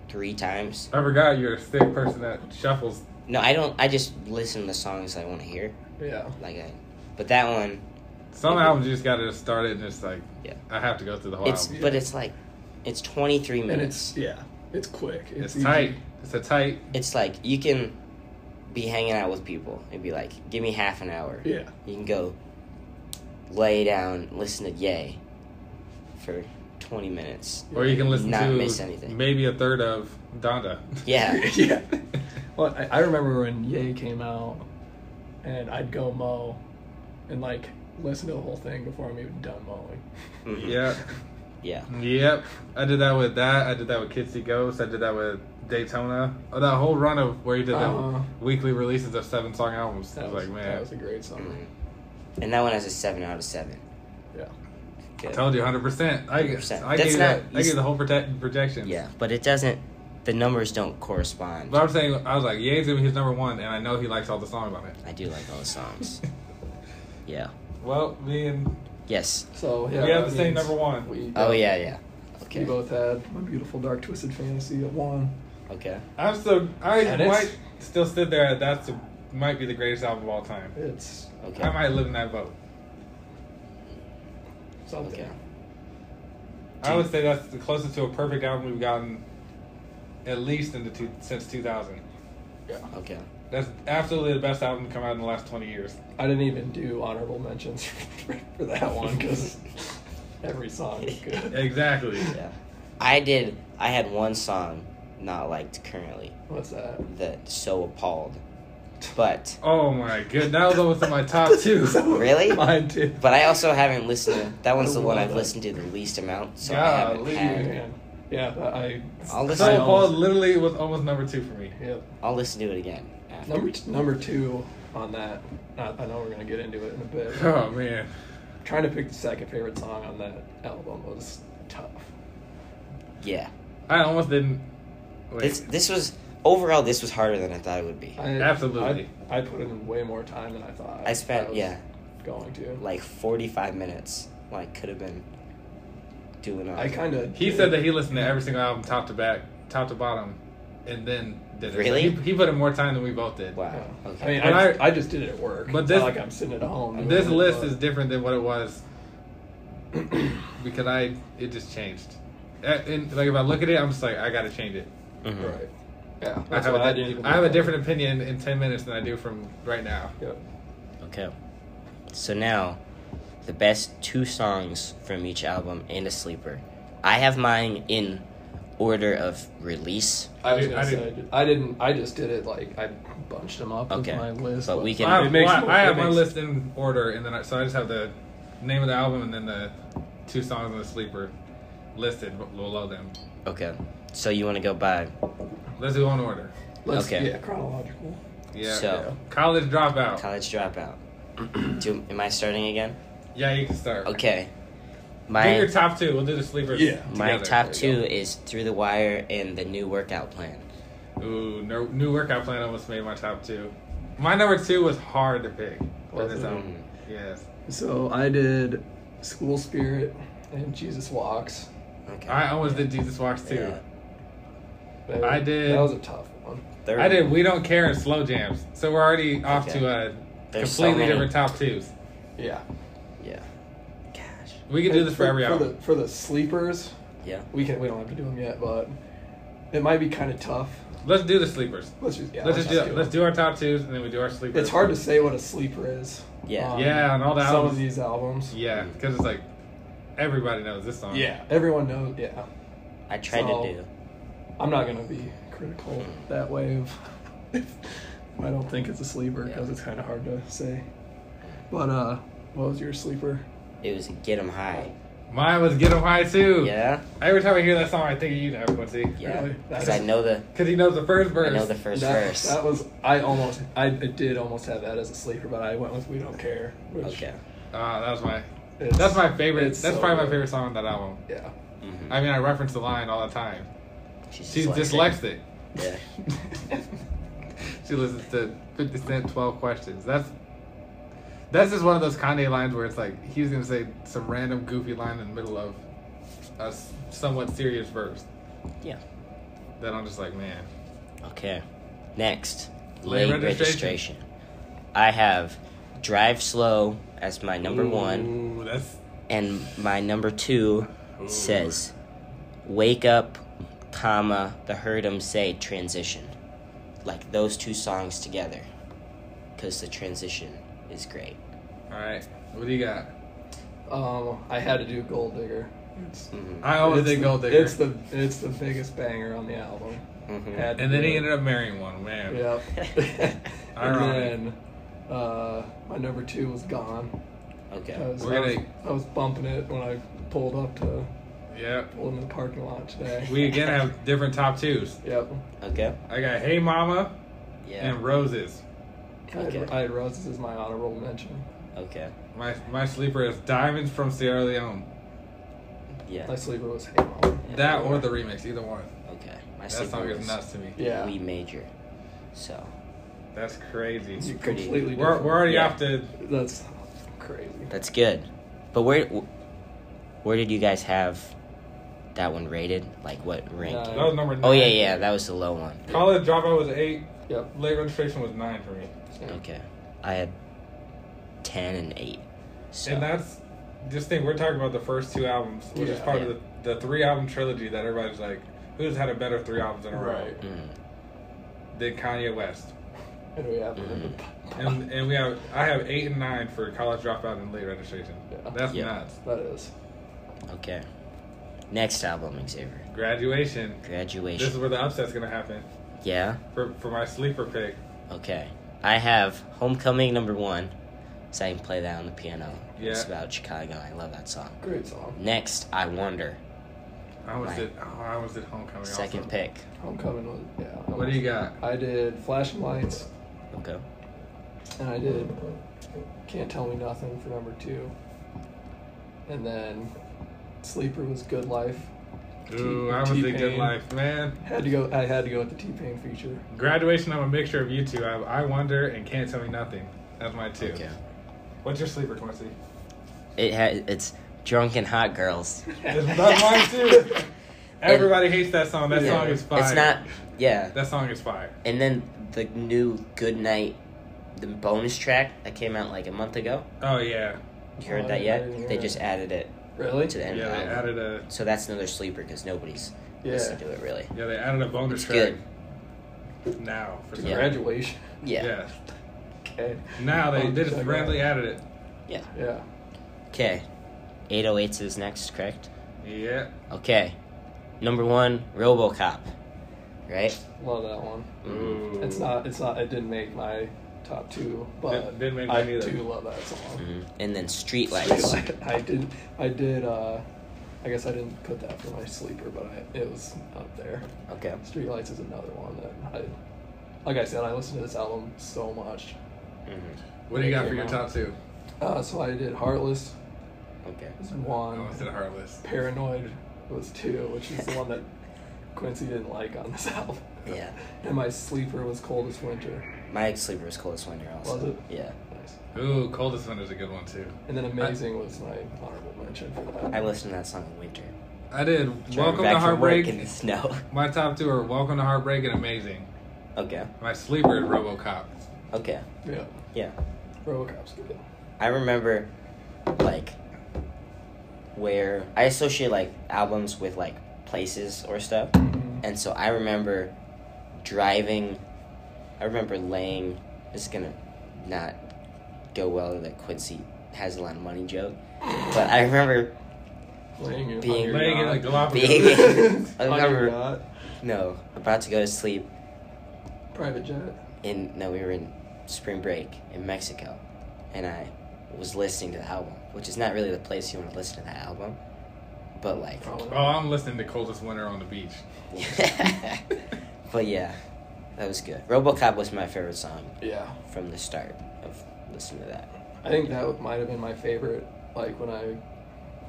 three times. I forgot you're a sick person that shuffles. No, I don't. I just listen to songs I want to hear. Yeah. Like, I, but that one, Some albums you just gotta just start it and just like, Yeah. I have to go through the whole it's album. but it's like, it's twenty three minutes. And it's yeah, it's quick. It's, easy. tight. It's a tight. it's like you can be hanging out with people and be like, give me half an hour. Yeah. You can go lay down, listen to Yay for 20 minutes. Or you can listen Not to miss anything. maybe a third of Donda. Yeah. yeah. Well, I, I remember when Ye came out, and I'd go mow, and like listen to the whole thing before I'm even done mowing. Mhm. yep. Yeah. Yep. I did that with that. I did that with Kitsy Ghost. I did that with Daytona. Oh, that whole run of where you did Uh-huh. the weekly releases of seven song albums. I That was, was, like, that man, was a great song. Mhm. And that one has a 7 out of 7. Yeah. Good. I told you 100%. I, 100%. I, That's gave, not- that, I gave the whole prote- projection. Yeah. But it doesn't, the numbers don't correspond. But I'm saying, I was like, Ye's gonna be his number one, and I know he likes all the songs on it. I do like all the songs. yeah. Well, me and Yes. So yeah, we have that the same means number one. We, Oh, yeah, yeah. We Okay. both had my beautiful dark twisted fantasy at one. Okay. I'm still, I And it's- might still sit there. at That's the, might be the greatest album of all time. It's uh, Okay. I might live in that boat. something. Okay. I would say that's the closest to a perfect album we've gotten, at least in the two, since 2000. Yeah. Okay. That's absolutely the best album to come out in the last 20 years. I didn't even do honorable mentions for that one because every song is good. Exactly. Yeah. I did, I had one song not liked currently What's that? that So Appalled. But, Oh my good, that was almost in my top two. Really? Mine too. but I also haven't listened to, that one's the one I've Golly. listened to the least amount, so I haven't Golly. had. Man. Yeah, that- I. I'll listen. So I Paul almost- literally was almost number two for me. Yep. I'll listen to it again. After. Number t- number two on that. I, I know we're gonna get into it in a bit. but Oh man, Trying to pick the second favorite song on that album was tough. Yeah. I almost didn't. Wait. This this was overall this was harder than I thought it would be. I, Absolutely. I, I put in way more time than I thought. I spent was yeah Going to. like forty five minutes. Like could have been doing. I kind of. He said that he listened to every single album top to back, top to bottom, and then did it. Really? He, he put in more time than we both did. Wow. Yeah. Okay. I mean, But I, just- I- I just did it at work. But But this- this, like I'm sitting at home. doing This it, list but- is different than what it was because I it just changed. A- And like if I look at it, I'm just like I gotta change it. Mhm. Right. Yeah. I That's have, a why I di- didn't even I have a look at it. different opinion in ten minutes than I do from right now. Yep. Okay. So now, the best two songs from each album and a sleeper. I have mine in order of release. I was Dude, gonna I say didn't- did. I didn't. I just did it like I bunched them up Okay. with my list. But we can- I It have, makes my- more- I it have my makes- list in order, and then I, so I just have the name of the album and then the two songs on the sleeper listed below them. Okay. So you want to go by? Let's do one order. Let's, Okay. Yeah, chronological. Yeah. So- College dropout. College Dropout. Do, am I starting again? yeah, you can start. Okay. Do My your top two. We'll do the sleepers. Yeah. my together. top There you two go. is Through the Wire and the new workout plan. Ooh, no, new workout plan almost made my top two. My number two was hard to pick for this Wasn't it? album. Mm. Yes, So I did School Spirit and Jesus Walks. Okay. I almost did Jesus Walks too. Yeah. That- I did- That was a tough one. Third I did. We don't care and slow jams. So we're already off Okay. to a There's so completely many. different top twos. Yeah. Yeah. Gosh. We can do this for every for the, album. for the sleepers. Yeah. We can. We don't have to do them yet, but it might be kind of tough. Let's do the sleepers. Let's just. Yeah, let's just do. them. let's do our top twos and then we do our sleepers. It's hard to say what a sleeper is. Yeah. Yeah, and all the some albums. of these albums. Yeah, because it's like everybody knows this song. everyone knows. Yeah, I tried So- to do. I'm not gonna be critical that way of. if I don't think it's a sleeper because Yeah. it's kind of hard to say. But uh, what was your sleeper? It was get 'em high. Mine was Get 'Em High too. Yeah. Every time I hear that song, I think of you now, Quincy. Yeah. Really? Because I know the Because he knows the first verse. I know the first that, verse. that was I almost I did almost have that as a sleeper, but I went with "We Don't Care." Which okay. Ah, that was my. is- That's my favorite. it's That's so probably my good. favorite song on that album. Yeah, Mm-hmm. I mean, I reference the line all the time. She's, She's dyslexic. Yeah. She listens to 50 Cent 12 Questions. That's that's just one of those Kanye lines where it's like he's gonna say some random goofy line in the middle of a s- somewhat serious verse. Yeah. that I'm just like, man. Okay. Next, Late late, registration. registration. I have Drive Slow as my number one, Ooh, that's and my number two Ooh. says Wake Up, comma, the Heard 'em Say Transition. Like those two songs together. Because the transition is great. all right. What do you got? Um, I had to do Gold Digger. It's, Mm-hmm. I always it's think the, Gold Digger. It's the it's the biggest banger on the album. Mm-hmm. Had to and then do he it. ended up marrying one. Man. Yep. and Ironic. then uh, my number two was gone. I Okay. was, We're I was- gonna- I was bumping it when I pulled up to Yep. pulled into the parking lot today. We again have different top twos. Yep. Okay. I got Hey Mama Yeah. and Roses. I had- Okay. I had roses as my honorable mention. Okay. My my sleeper is Diamonds from Sierra Leone. Yeah. My sleeper was Hey Mom. That or the remix, either one. Okay. My That sleeper song is was nuts to me. Yeah. We major. So. That's crazy. It's You're pretty- completely We're, we're already Yeah. off to different. That's crazy. That's good. But where where did you guys have that one rated? Like what rank? Uh, that was number nine. oh yeah, yeah, that was the low one. College dropout was eight. Yep. Late registration was nine for me, Okay. I had 10 and 8. So and that's just think we're talking about the first two albums, which is Yeah. part Yeah. of the, the three album trilogy that everybody's like, who's had a better three albums in a row Right. mm, than Kanye West? And we have Mhm. And and we have I have eight and nine for college dropout and late registration. Yeah. That's Yeah. nuts. that is. okay. Next album, Xavier. Graduation. This is Graduation. where the upset's gonna happen Yeah. for for my sleeper pick. Okay. I have Homecoming number 1. So I can play that on the piano. It's Yeah. about Chicago. I love that song. Great song. Next, I Wonder. I almost Right. did. Oh, I almost did homecoming. Second also. pick. Homecoming was yeah. What do you got? I did flashing lights Okay. and I did can't tell me nothing for number two. And then sleeper was good life. Ooh, I almost did good T-Pain. life, man. Had to go. I had to go with the T Pain feature. Graduation, I'm a mixture of you two. I, I wonder and can't tell me nothing. That's my two. Okay. What's your sleeper, Quincy? It has it's Drunken Hot Girls. That's mine too. Everybody hates that song. That Yeah. song is fire. It's not. Yeah. That song is fire. And then the new Good Night, the bonus track that came out like a month ago. Oh yeah, You Oh, heard I that yet? didn't hear They it. just added it Really? to the end yeah. of the They album. added a So that's another sleeper because nobody's Yeah. listened to it really. yeah. They added a bonus It's track. Now for some Yeah. Graduation. Yeah. yeah. Okay. Now they, they just Bonus track. randomly added it. Yeah. Okay. 808s is next, correct? Yeah. Okay. Number one, RoboCop. Right? Love that one. Ooh. It's not. It's not. It didn't make my top two, but Didn't- didn't make I mine either. do love that song. hmm And then Streetlights. I did. I did. uh I guess I didn't put that for my sleeper, but I, it was up there. Okay. Streetlights is another one that I, like I said, I listened to this album so much. hmm What do you got for Came your out. top two? Uh, so I did Heartless Okay. was Oh, I one, almost did Heartless. Paranoid was two, which is the one that Quincy didn't like on this album. Yeah. And my sleeper was Cold as Winter. My sleeper was Coldest Winter also. Was it? Yeah. Nice. Ooh, Coldest Winter's a good one too. And then Amazing was my honorable mention for that. I listened to that song in winter. I did. Driving Welcome back to from Heartbreak. work in the snow. My top two are Welcome to Heartbreak and Amazing. Okay. My sleeper is RoboCop. Okay. yeah. Yeah. Robocop's good. I remember, like, where I associate like albums with like places or stuff, Mm-hmm. and so I remember driving. I remember laying. This is gonna not go well that Quincy has a lot of money joke, but I remember Laying it Being- on your Laying in the knot. Being- Galapagos. I On your remember- knot. no about to go to sleep Private Jet. in no we were in spring break in Mexico, and I was listening to the album, which is not really the place you want to listen to that album, but like. Probably. Oh, I'm listening to Coldest Winter on the Beach. but yeah, that was good. RoboCop was my favorite song Yeah. from the start of listening to that. I think that might have been my favorite, like when I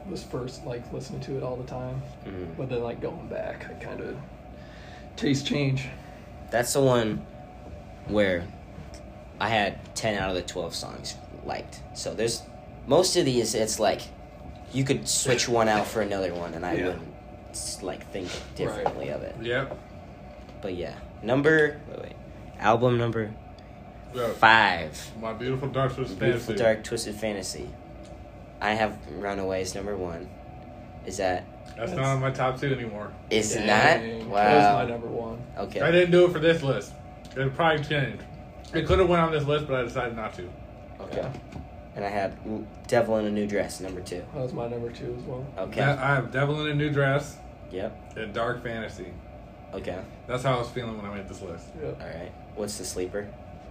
was first like listening to it all the time. Mm. But then like going back, I kind of taste change. That's the one where I had ten out of the twelve songs liked. So there's most of these. It's like you could switch one out for another one, and I Yeah. wouldn't s- like think Right. differently of it. Yep. But yeah, number wait, wait. album number Yo, five. my beautiful dark twisted Beautiful fantasy. Dark Twisted Fantasy. I have Runaways number one. Is that? That's not on my top two anymore. It's Dang, not. That was my Wow. number one. I Okay. didn't do it for this list. It probably changed. It could have went on this list, but I decided not to. Okay. And I had Devil in a New Dress number two. That was my number two as well. Okay. That- I have Devil in a New Dress Yep. and Dark Fantasy. Okay. That's how I was feeling when I made this list. All Yeah, right. What's the sleeper?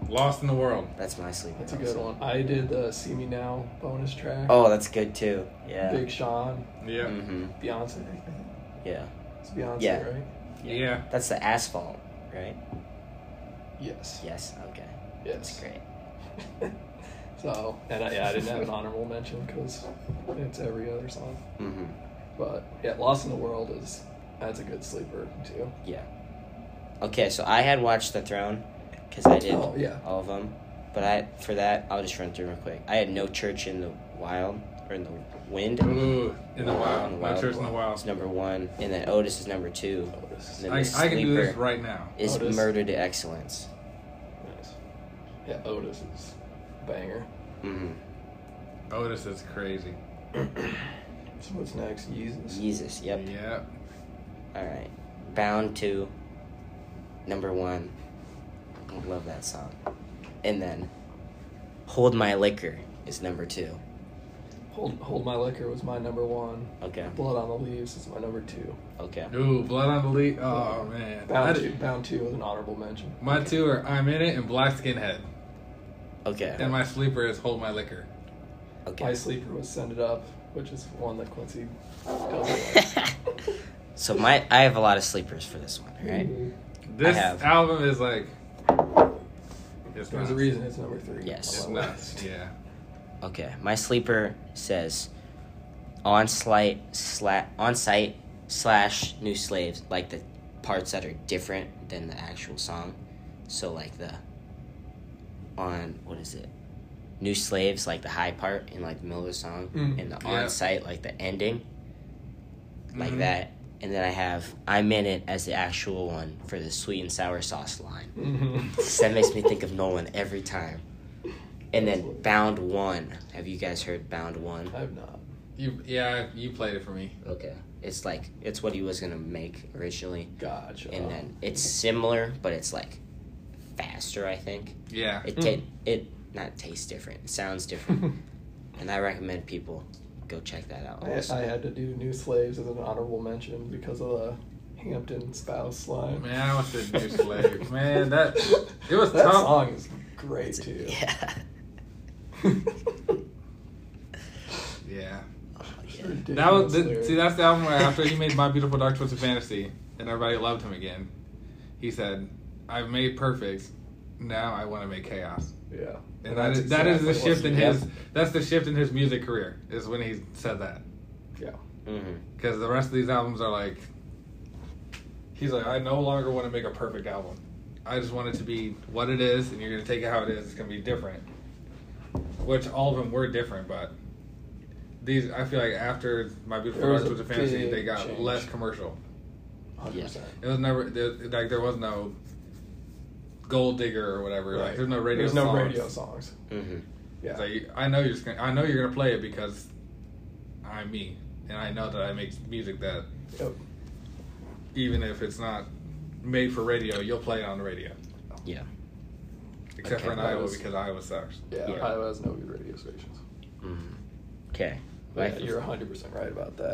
Lost in the World. That's my sleeper. that's a good also. one. I did the "See Me Now" bonus track. Oh, that's good too. Yeah. Big Sean, Yeah. Mm-hmm. Beyonce. I think. Yeah. It's Beyonce, Yeah. right? Yeah. That's the asphalt, right? Yes. Yes. Okay. That's Yes. great. So, and I, yeah, I didn't have an honorable mention because it's every other song. Mm-hmm. But yeah, "Lost in the World" is that's a good sleeper too. Yeah. Okay, so I had watched The Throne because I did Oh, yeah. all of them, but I for that I'll just run through real quick. I had No Church in the Wild or in the Wind. Ooh, in the Mm. In wild. My church in the It's wild. number one, and then Otis is number two. Otis. No. I, I can do this right now. Is Otis. Murder to Excellence. Nice. Yeah, Otis is a banger. Mm-hmm. Otis is crazy. So what's next? Jesus. Jesus. Yep. Yeah. All right. Bound to number one. I love that song. And then Hold My Liquor is number two. Hold, hold my liquor was my number one. Okay. Blood on the leaves is my number two. Okay. Ooh, Blood on the Leaf. Oh, man. I Bound two, did- bound two was an honorable mention. My two are I'm In It and Black Skinhead. Okay. And my sleeper is Hold My Liquor. My Okay. sleeper was send it up, which is one that Quincy. does like. So my I have a lot of sleepers for this one, right? This have. album is like. It's There's a nuts. reason it's number three. Yes. It's On my nuts. list. Yeah. Okay. My sleeper says on slight sla- on site slash new slaves, like the parts that are different than the actual song. So like the on what is it? New slaves, like the high part in like the middle of the song, Mm, and the yeah. on site, like the ending, like Mhm. that. And then I have I'm in it as the actual one for the sweet and sour sauce line. Mhm. that makes me think of Nolan every time. And then Bound One. Have you guys heard Bound One? I've not. You, yeah, you played it for me. Okay. It's like it's what he was gonna make originally, Gotcha. and then it's similar, but it's like faster. I think Yeah. it ta- it not tastes different. It sounds different, and I recommend people go check that out. I, Also. I had to do New Slaves as an honorable mention because of the Hampton spouse line. Man, I was the new slave. Man, that it was that tough. song is great too. Yeah. Yeah. Oh, yeah. Ridiculous That was the, lyrics. see that's the album where after he made My Beautiful Dark Twisted Fantasy and everybody loved him again, he said, "I've made perfect. Now I want to make chaos." Yeah. And that that's is, that is the exactly what shift in he- his that's the shift in his music career is when he said that Yeah. Mhm. because the rest of these albums are like he's like I no longer want to make a perfect album. I just want it to be what it is, and you're gonna take it how it is. It's gonna be different, which all of them were different, but these I feel like after my beautiful There was Dark Twisted a fantasy, big they got change. less commercial. 100%. It was never there, like there was no gold digger or whatever. Like Right. there's no radio. There's no songs. radio songs. Mhm. Yeah. It's like I know you're just gonna, I know you're gonna play it because I'm me, and I know that I make music that Yep. even if it's not made for radio, you'll play it on the radio. Yeah. Except Okay. for in That Iowa was- because Iowa sucks. Yeah, Yeah. Iowa has no good radio stations. Mhm. Okay. Yeah, you're 100% right about that.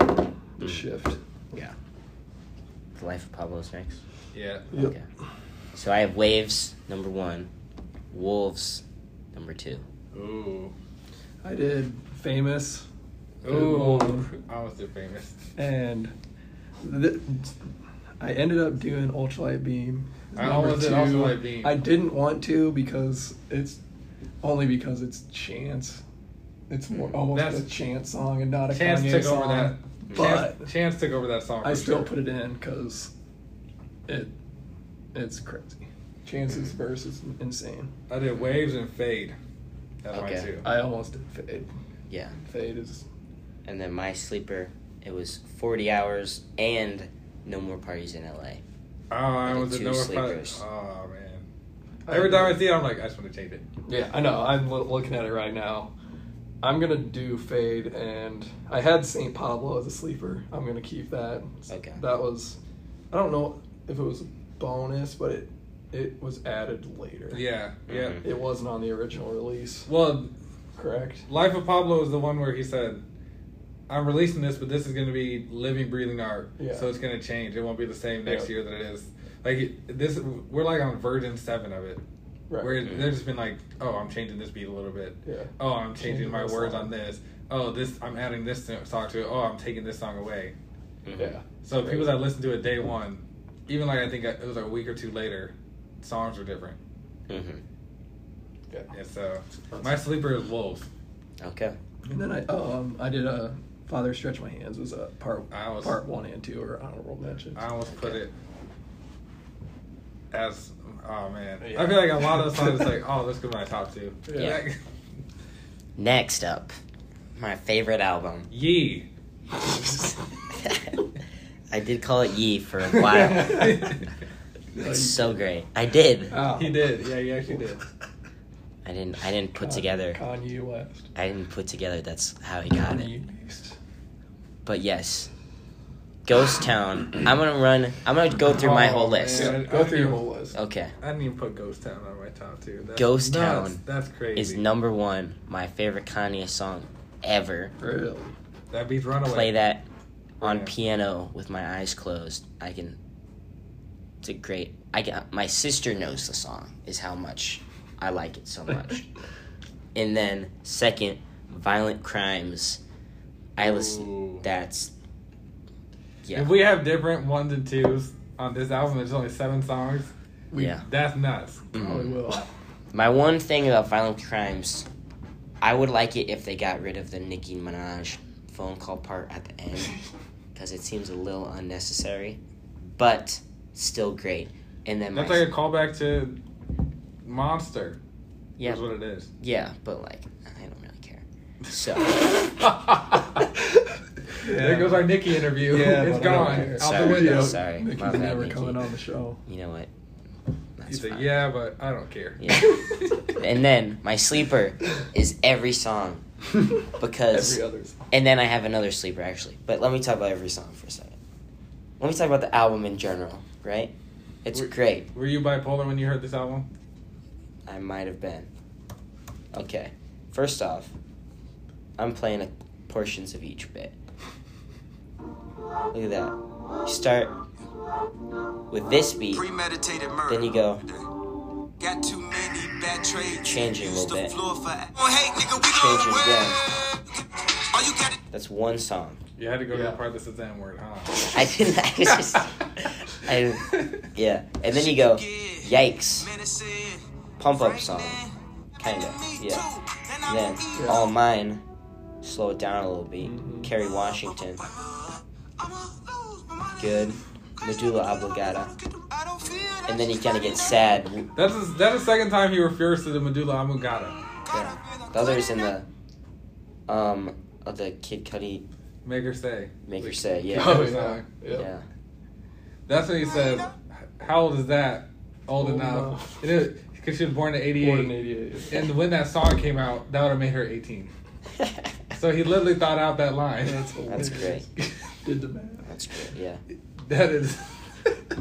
The Mm. shift. Yeah. The Life of Pablo is next. Yeah. Yep. Okay. So I have Waves, number one. Wolves, number two. Ooh. I did Famous Ooh. I almost did famous. and th- I ended up doing Ultralight Beam. I almost did Ultralight Beam. I didn't want to because it's only because it's Chance. It's more almost Hmm. That's- a Chance song and not a Chance Kanye took song. over that. But Chance, Chance took over that song. I for still sure. put it in because it it's crazy. Chance's verse is insane. I did waves and fade. That's my Okay. two. I almost did Fade. Yeah. Fade is And then my sleeper, it was 40 hours and no more parties in LA. Oh, I The was at two Nova sleepers. Five. Oh man. Every time I see it, I'm like, I just want to tape it. Yeah, I know. I'm lo- looking at it right now. I'm gonna do fade, and I had Saint Pablo as a sleeper. I'm gonna keep that. Okay. That was, I don't know if it was a bonus, but it it was added later. Yeah, yeah. Mhm. It wasn't on the original release. Well, Correct. Life of Pablo is the one where he said, "I'm releasing this, but this is going to be living, breathing art. Yeah. So it's going to change. It won't be the same next Yeah. year that it is. Like this, we're like on version seven of it, Right. where they've just been like, oh, I'm changing this beat a little bit. Yeah. Oh, I'm Changing changing my the words song. on this. Oh, this I'm adding this song to it. Oh, I'm taking this song away. Yeah. So Right. people that listened to it day one, even like I think it was a week or two later, songs were different. Mm-hmm. Yeah. And so my sleeper is Wolves. Okay. And then I um I did a Father Stretch My Hands was a part I was- part one and two or honorable mentions. I almost put it as oh man. Yeah. I feel like a lot of songs like oh this could be my top two. Yeah. Like, Next up, my favorite album. Yee. I did call it Yee for a while. it's so great. I did. Ow. oh. He did. Yeah, he actually did. I didn't. I didn't put Con- together. Uh, Kanye West. I didn't put together. That's how he got it. Kanye West. But yes, Ghost Town. I'm gonna run. I'm gonna go through my Oh, whole list. man. I- I Go through your didn't- whole list. Okay, I didn't even put Ghost Town on my top two. That's Ghost nuts. Town That's crazy. is number one. My favorite Kanye song ever. Really? that beats Runaway. Play that on Oh, Yeah. piano with my eyes closed. I can. It's a great. I can, my sister knows the song. Is how much I like it so much. and then second, Violent Crimes. I Ooh. listen. That's. Yeah. If we have different ones and twos on this album, there's only seven songs. We yeah. That's nuts. probably Mhm. will. My one thing about violent crimes, I would like it if they got rid of the Nicki Minaj phone call part at the end because it seems a little unnecessary, but still great. And then my, That's like a callback to Monster. yeah, Is what it is. yeah, but like I don't really care. So There goes our Nikki interview. Yeah, it's but I don't gone. care. Out Sorry. the window. Sorry. Nicki's my bad, never Nicki. coming on the show. you know what? He That's said, fine. yeah, but I don't care. Yeah. And then my sleeper is every song because every other's And then I have another sleeper actually. But let me talk about every song for a second. Let me talk about the album in general, right? It's Were- great. Were you bipolar when you heard this album? I might have been. Okay. First off, I'm playing a, portions of each bit. Look at that. You start with this beat, Premeditated murder. then you go Got too many bad trades. Changing a Use little the bit. floor for- Don't hate, nigga, we Changing gon' again. win. All you gotta that's one song. You had to go to Yeah. the part that says that word, huh? I didn't I was just I yeah. And then you go Yikes. medicine. Pump up song. Kinda. Yeah. Then All Mine, slow it down a little bit. Mm-hmm. Kerry Washington, good. Medulla Oblongata. And then you kind of get sad. That's the- that's the second time he refers to the medulla oblongata. Yeah. The other's in the, um, of the Kid Cudi Make her say. Make Her Say. Yeah. Oh, yeah. yeah. Yeah. That's when he says, "How old is that? Old Old enough?" enough. It is because she was born in '88. Born in 88. And when that song came out, that would have made her 18. So he literally thought out that line. That's That's hilarious. Did the math. That's good. Yeah. That is.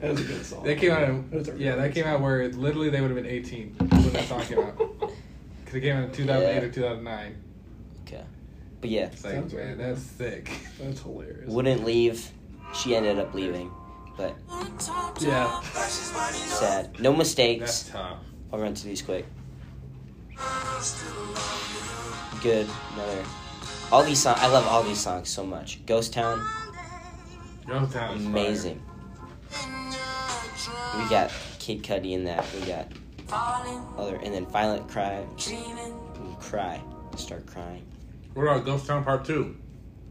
That was a good song. That came out. In, That's a yeah, really that good came out where literally they would have been 18 when that song came out. Because it came out in 2008 Yeah. or 2009. Okay. But yeah, It's like, Sounds man, right. that's sick. That's hilarious. wouldn't leave. She ended up leaving, but Yeah. sad. No That's mistakes. tough. I'll run to these quick. Good. Another. All these songs. I love all these songs so much. Ghost Town, Um, Ghost Town is fire. amazing. We got Kid Cudi in that. We got other, and then Violent Cry, and Cry, Start Crying. What about Ghost Town Part 2?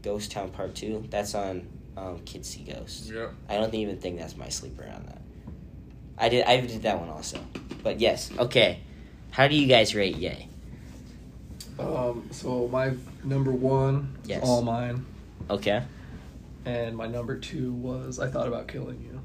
Ghost Town Part Two. That's on um, Kids See Ghosts. Yep. I don't even think that's my sleeper on that. I did. I did that one also. But yes. Okay. How do you guys rate Yay? Um, so my number one is Yes. all mine, Okay. and my number two was I thought about killing you.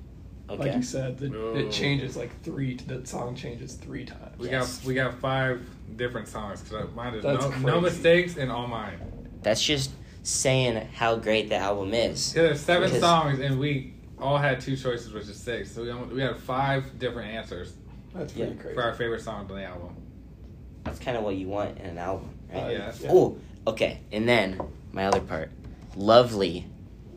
Okay. Like you said, the, Oh. it changes like three. The song changes three times. We Yes. got we got five different songs because mine is That's no, no crazy. mistakes and all mine. That's just saying how great the album is. Yeah, there's seven Because- songs and we all had two choices, which is six. So we almo- we had five different answers That's pretty Yeah. crazy. Uh, for our favorite songs on the album. That's kind of what you want in an album, Uh, right? yeah. yeah. Oh, okay. And then my other part, "Lovely."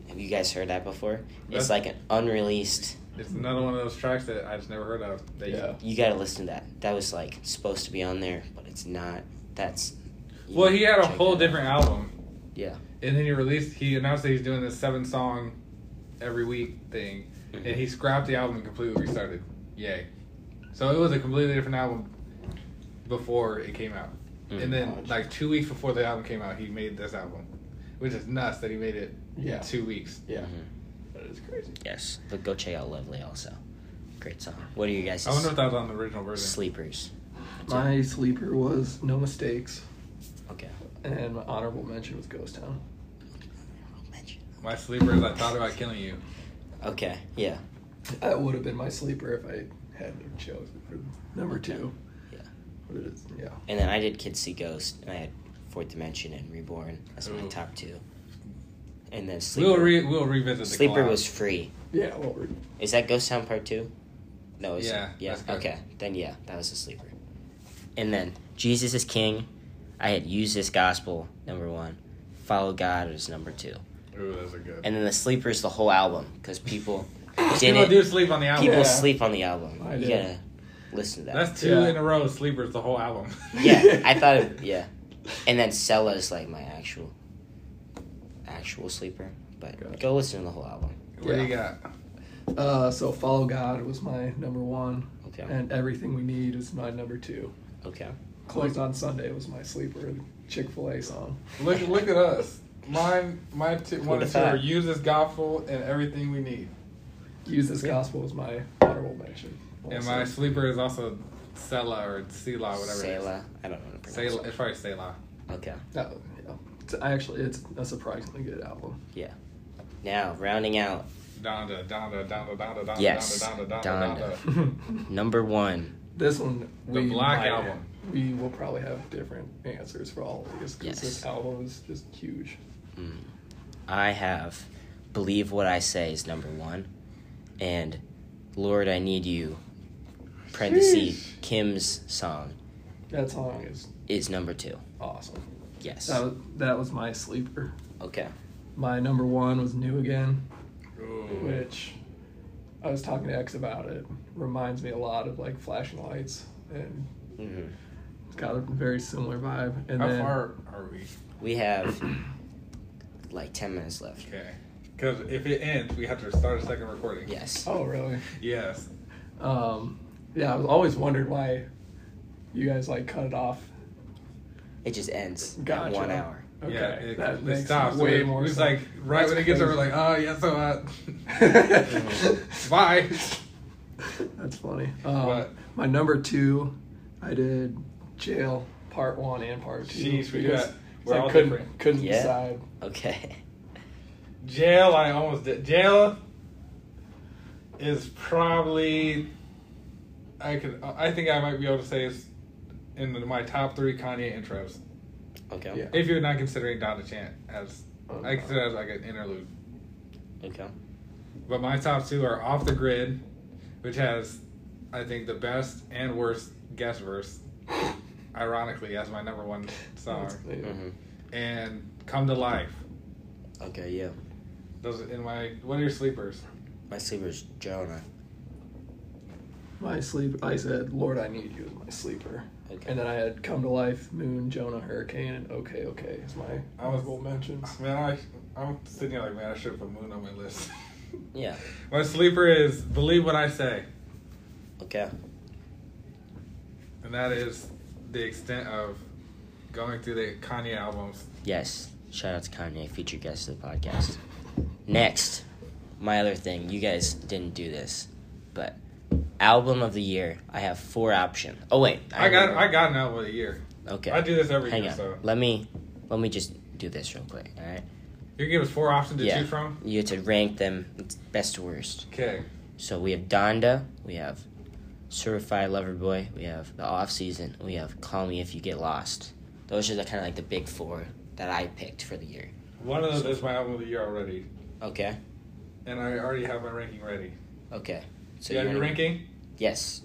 Have you guys heard that before? That's- It's like an unreleased. It's another one of those tracks that I just never heard of. That Yeah. You gotta listen to that. That was like supposed to be on there, but it's not. That's. You, well, he had a check that whole out. different album, Yeah. and then he released. He announced that he's doing this seven song every week thing, and Mm-hmm. he scrapped the album and completely restarted. Yay! So it was a completely different album before it came out. Mm-hmm. And then, like two weeks before the album came out, he made this album, which is nuts that he made it Yeah. in two weeks. Yeah. Mhm. That is crazy. Yes, but go check out "Lovely" also. Great song. What are you guys? I wonder if that was on the original version. sleepers. My sleeper was No Mistakes, Okay. and my honorable mention was Ghost Town. My sleeper is I thought about killing you. Okay. Yeah. That would have been my sleeper if I hadn't chosen for number two. Yeah. But it is, yeah. And then I did Kids See Ghost, and I had Fourth Dimension and Reborn as my Ooh. top two. And then We'll Sleeper. re- we'll revisit the Sleeper collab. was free. Yeah, well, we're- Is that Ghost Town Part Two? No. Is Yeah, It? Yeah. that's good. Okay. Then yeah, that was a sleeper. And then Jesus is King. I had Use This Gospel number one. Follow God is number two. Ooh, those are good. And then the sleeper is the whole album because people People didn't. do sleep on the album. people Yeah. sleep on the album. I you did. gotta listen to that. That's two Yeah. in a row. Sleepers, the whole album. Yeah, I thought of yeah. And then Sella is like my actual actual sleeper. But Gotcha. go listen to the whole album. what do you got? Uh, so Follow God was my number one, Okay. and Everything We Need is my number two. okay. Closed on Sunday was my sleeper Chick Fil A song. Look look at us. Mine my two, one Who'da and two are thought? use this gospel and everything we need. Use This Gospel was my honorable mention. And also. my sleeper is also Sela or Sela, whatever. Sela. I don't know how to It is. pronounce Sela. It's probably Sela. it. Okay. Oh, yeah. It's actually, it's a surprisingly good album. Now rounding out Donda, Donda, Donda, Donda, Donda, Yes. Donda, Donda, Donda, Donda. number one. this one, The Black might- Album. We will probably have different answers for all of these because Yes. this album is just huge. I have Believe What I Say is number one. And Lord I Need You parentheses Sheesh. Kim's song That song is is number two. awesome. Yes. That was, that was my sleeper. Okay. My number one was New Again, Ooh. which I was talking to X about it. Reminds me a lot of like Flashing Lights, and hmm it's got a very similar vibe. And How then far are we? We have like ten minutes left. Okay. Because if it ends, we have to start a second recording. Yes. oh really? Yes. Um, yeah, I was always wondered why you guys like cut it off. It just ends at Gotcha. one hour. Okay, yeah, it, that it makes stops. way It- more. It's like sense. right That's when it gets over, crazy. like, oh yeah, so uh, That's bye. funny. Um, But- My number two, I did jail part one and part two. Jeez, we because got- we're I all couldn't different. couldn't Yeah. decide. Okay. Jail, I almost did. Jail is probably I could. I think I might be able to say it's in my top three Kanye intros. Okay. Yeah. If you're not considering Donna Chant as, Oh, I no. consider it as like an interlude. Okay. But my top two are Off the Grid, which has, I think, the best and worst guest verse, ironically, as my number one song. That's- yeah. hmm And Come to Life. Okay. Yeah. Those are in my. What are your sleepers? My sleeper's Jonah. My sleep. I said, Lord, I need you as my sleeper. Okay. And then I had Come to Life, Moon, Jonah, Hurricane, and Okay, Okay is my I was- honorable mentions. Man, I, I'm sitting here like, man, I should have put Moon on my list. yeah. my sleeper is Believe What I Say. Okay. And that is the extent of going through the Kanye albums. Yes. Shout out to Kanye, featured guest of the podcast. Next, my other thing. You guys didn't do this, but album of the year. I have four options. Oh wait. I, got remember. I got an album of the year. Okay. I do this every Hang year, on. so. Let me. Let me just do this real quick. All right. You give us four options to yeah. choose from? You have to rank them best to worst. Okay. So we have Donda, we have Certified Lover Boy, we have The Off Season, we have Call Me If You Get Lost. Those are the kind of like the big four that I picked for the year. One of those is my album of the year already, Okay, and I already have my ranking ready. okay. So you have you your wanna- ranking? Yes.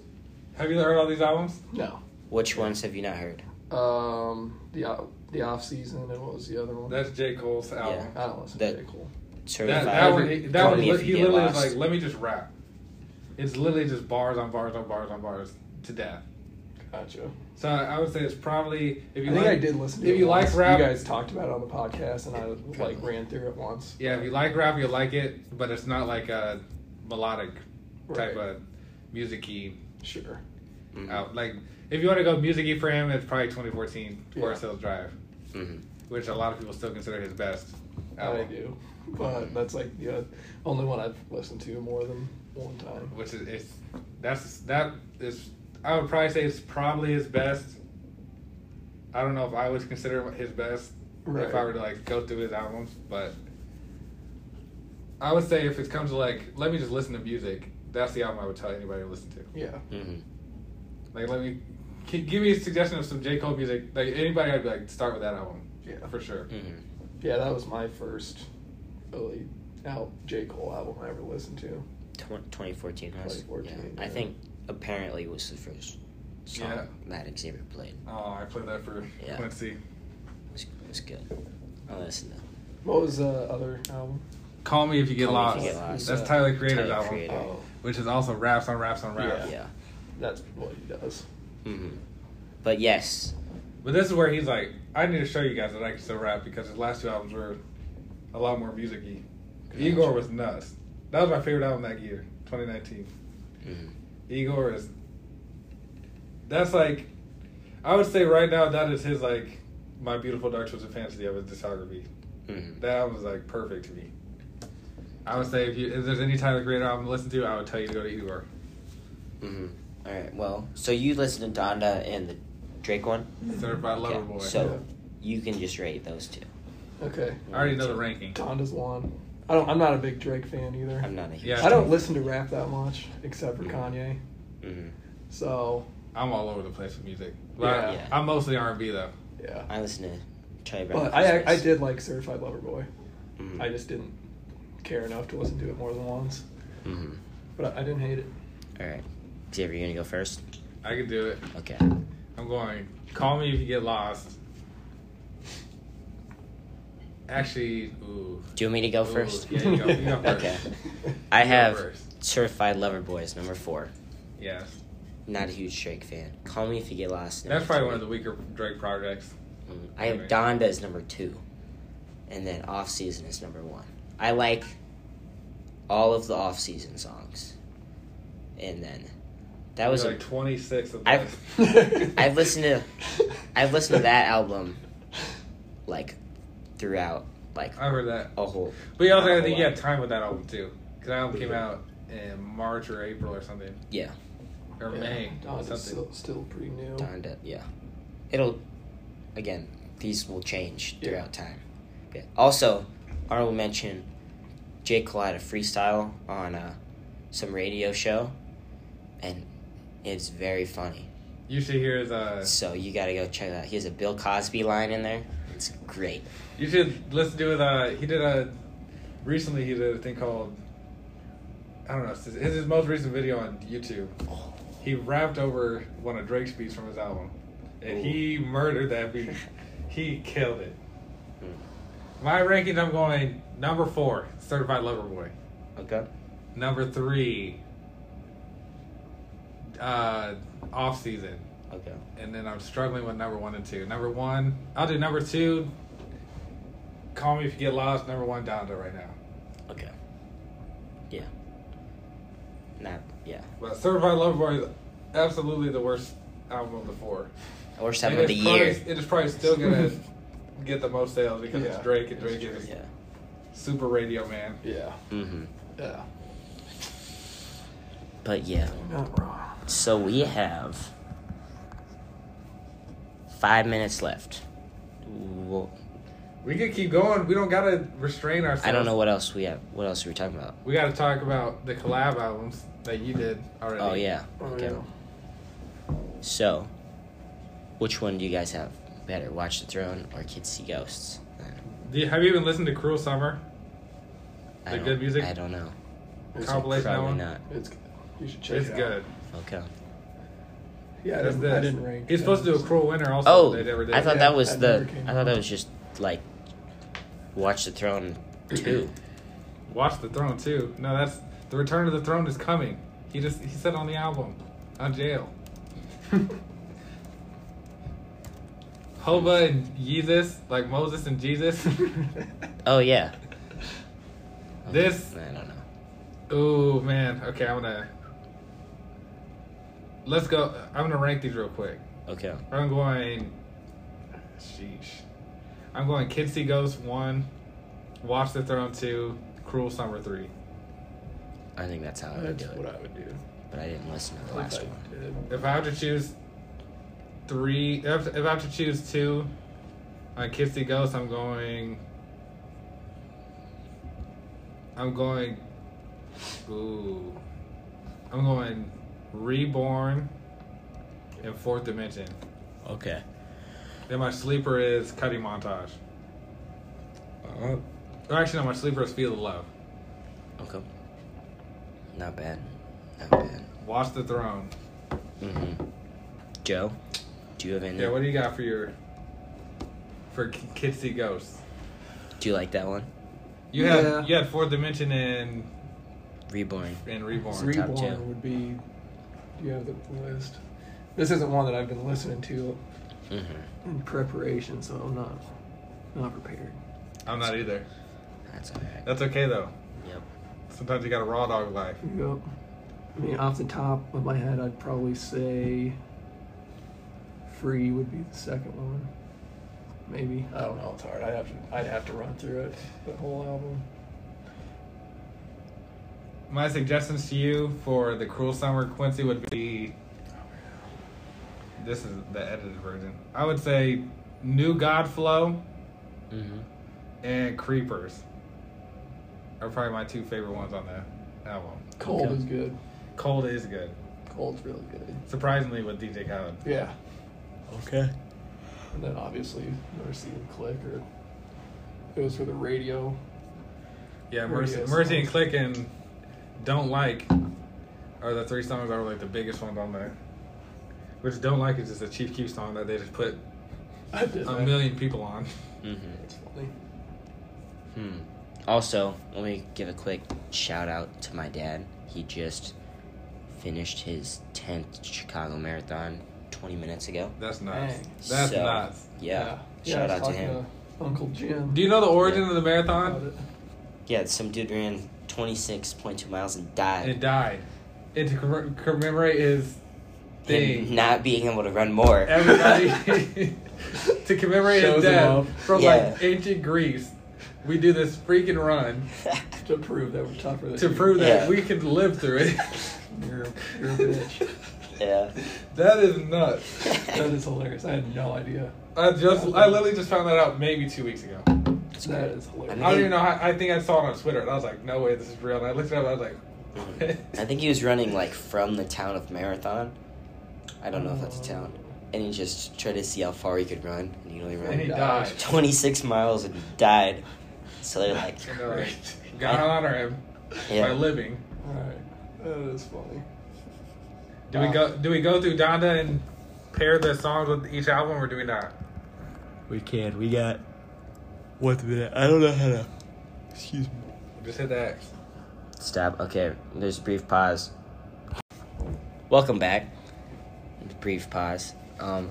Have you heard all these albums? No. Which ones have you not heard? Um, the o- the off season and what was the other one? That's J. Cole's album. I don't listen that- to J Cole. Certified. That, that one, Lover he- that one, Boy, he, Call Me If he You Get literally is Lost. like, let me just rap. It's literally just bars on bars on bars on bars to death. Gotcha. So I would say it's probably if you I think like, I did listen. to if it you once. like rap, you guys talked about it on the podcast, and I Probably. like ran through it once. yeah, if you like rap, you'll like it. But it's not like a melodic type Right. of musicy Sure. Mhm, out. Like if you want to go musicy for him, it's probably 2014 Yeah. Forest Hills Drive, mhm. which a lot of people still consider his best. I Album, do, but that's like the uh, only one I've listened to more than one time. which is it's that's that is I would probably say it's probably his best. I don't know if I would consider it his best if I were to like go through his albums, but I would say if it comes to like let me just listen to music, that's the album I would tell anybody to listen to. Yeah. Mhm. Like let me g- give me a suggestion of some J Cole music. Like anybody, I'd be like start with that album Yeah. for sure. Mhm. Yeah, that was my first really out J Cole album I ever listened to. Tw- 2014 was. 2014, yeah. I yeah. think apparently was the first song Yeah. that Xavier played. Oh, I played that for Yeah. Quincy. It was, it was good. I'll listen to What was the other album? Call me if you get, Call Me lost. If You Get Lost. That's Yeah. Tyler Creator's Tyler album, Creator. Oh, which is also raps on raps on raps. Yeah. Yeah. that's what he does. hmm But yes. But this is where he's like, I need to show you guys that I can still rap because his last two albums were a lot more musicy. Igor was nuts. That was my favorite album that year, 2019. Mhm. Igor is. That's like, I would say right now that is his like, my beautiful dark twisted fantasy of his discography. Mhm. That album is like perfect to me. I would say if you if there's any Tyler Creator album to listen to, I would tell you to go to Igor. Mhm. All right. Well, so you listened to Donda and the Drake one. Certified Lover Boy. Mm-hmm. So you can just rate those two. Okay. I already Mm-hmm. know the ranking. Donda's one. I don't. I'm not a big Drake fan either. I'm Mm. not a huge. Yeah. I don't listen to rap that much, except for Kanye. Mhm. So I'm all over the place with music. But I- Yeah. I'm mostly R&B though. yeah. I listen to Charlie Brown. But I I Christmas. did like Certified Lover Boy. Mhm. I just didn't care enough to listen to it more than once. Mhm. But I, I didn't hate it. All right. Xavier, you gonna go first? I can do it. Okay. I'm going. Call me if you get lost. Actually, ooh. Do you want me to go Ooh, first? Yeah, you go, you go first. Okay. You I go have first. Certified Lover Boys number four. Yes. Not a huge Drake fan. Call me if you get lost. That's number probably one of the weaker Drake projects. three. Mhm. I have Donda as number two, and then Off Season is number one. I like all of the Off Season songs, and then that was There's a like 26 of I've- those. I've listened to I've listened to that album like throughout like I heard that. a whole But you also a gotta whole think you lot. had time with that album too. Because that album came out in March or April or something. yeah Or Yeah, May. or Donda's something. still, still pretty new. Donda yeah it'll again these will change Yeah. throughout time yeah. also honorable mention Jake Cole had a freestyle on uh, some radio show and it's very funny You should hear his, uh, so you gotta go check it out he has a Bill Cosby line in there it's great You should listen to it. Uh, he did a recently. He did a thing called I don't know. It's his, it's his most recent video on YouTube. He rapped over one of Drake's beats from his album, and Ooh. he murdered that beat. he killed it. Mm. My rankings: I'm going number four, Certified Lover Boy. okay Number three, uh, Off Season okay and then I'm struggling with number one and two. Number one, I'll do number two. Call me if you get lost. Number one, Donda right now. okay yeah not yeah But Certified Lover Boy is absolutely the worst album of the four. or And seven of the it's year Probably, it is probably still gonna get the most sales because it's Yeah. Drake and It's Drake is yeah super radio man. Yeah. hmm Yeah. But yeah. Not wrong. So we have five minutes left. We'll, We could keep going. We don't gotta restrain ourselves. I don't know what else we have. What else are we talking about? We gotta talk about the collab albums that you did already. Oh yeah. Oh, Okay. yeah. So, which one do you guys have better, Watch the Throne or Kids See Ghosts? Do you, have you even listened to Cruel Summer? I The don't- good music? I don't know. It's, Compilation. Like that Probably one? not. it's good. You should check it's it out. good. Okay. Yeah, I That's didn't, this. I didn't rank. He's supposed to do a Cruel Winter also. Oh, they never did. I thought Yeah, that was that the. never came I thought that was just like Watch the Throne two. Watch the Throne too. No, that's the Return of the Throne is coming. He just he said on the album, on jail. Hova and Jesus, like Moses and Jesus. Oh yeah. This- I don't know. Ooh man. Okay, I'm gonna. Let's go. I'm gonna rank these real quick. Okay. I'm going. Sheesh. I'm going. Kids See Ghosts one, Watch the Throne two, Cruel Summer three. I think that's how I would That's do it. what I would do. but I didn't listen to the last If one. I did. If I have to choose three, if, if I have to choose two on Kissy Ghost, I'm going. I'm going. Ooh. I'm going Reborn and Fourth Dimension. Okay. Then my sleeper is Cutty Montage. Uh, Or actually, no, my sleeper is Feel the Love. okay. Not bad. Not bad. Watch the Throne. Mm-hmm. Joe, do you have any? Yeah, what do you got for your. for Kitsy Ghosts? do you like that one? You had Yeah. you had Fourth Dimension and Reborn. and Reborn. Re- top two. Reborn would be. Do you have the list? This isn't one that I've been listening to Mm-hmm. in preparation, so I'm not not prepared. I'm not either. That's alright. That's okay though. Yep. Sometimes you got a raw dog life. Yep. I mean, off the top of my head, I'd probably say free would be the second one. Maybe I don't know. It's hard. I'd have to. I'd have to run through it. The whole album. My suggestions to you for the cruel summer Quincy would be this is the edited version. I would say New God Flow Mm-hmm. and Creepers are probably my two favorite ones on the album. Cold Okay. is good. Cold is good. Cold's really good. Surprisingly with DJ Khaled. Yeah. Okay. And then obviously Mercy and Click, or it was for the radio. Yeah, Where Mercy he is. Mercy and Click and Don't Like are the three songs that are like the biggest ones on there. Which Don't Like is just a Chief Keef song that they just put I did a that. million people on. Mm-hmm. It's funny. Hmm. Also, let me give a quick shout out to my dad. He just finished his 10th Chicago Marathon 20 minutes ago. That's nuts. Dang. That's So, nuts. Yeah. Yeah, Shout I out was to talking him. to Uncle Jim. Do you know the origin Yeah. of the about marathon? it. Yeah, some dude ran 26.2 miles and died. It died. And to commem- commemorate his Him thing, not being able to run more. everybody, to commemorate Shows his him death off. from Yeah. like ancient Greece, we do this freaking run To prove that we're tougher than to you. prove that Yeah. we can live through it. You're, a- you're a bitch. yeah. that is nuts. that is hilarious. I had no idea. I just, I literally just found that out maybe two weeks ago. That great. is I hilarious. I don't even know. How, I think I saw it on Twitter, and I was like, "No way, this is real." And I looked it up, and I was like, I think he was running like from the town of Marathon. I don't know if that's a town. And he just tried to see how far he could run, and he only And he ran died. 26 miles and died. So they're like, And they're like, "God honor him by yeah. living." All right. That is funny. Do we Wow. go? Do we go through Donda and pair the songs with each album, or do we not? We can. We got. What minute? I don't know how to. Excuse me. Just hit that. Stop. Okay, there's a brief pause. Welcome back. Brief pause. Um,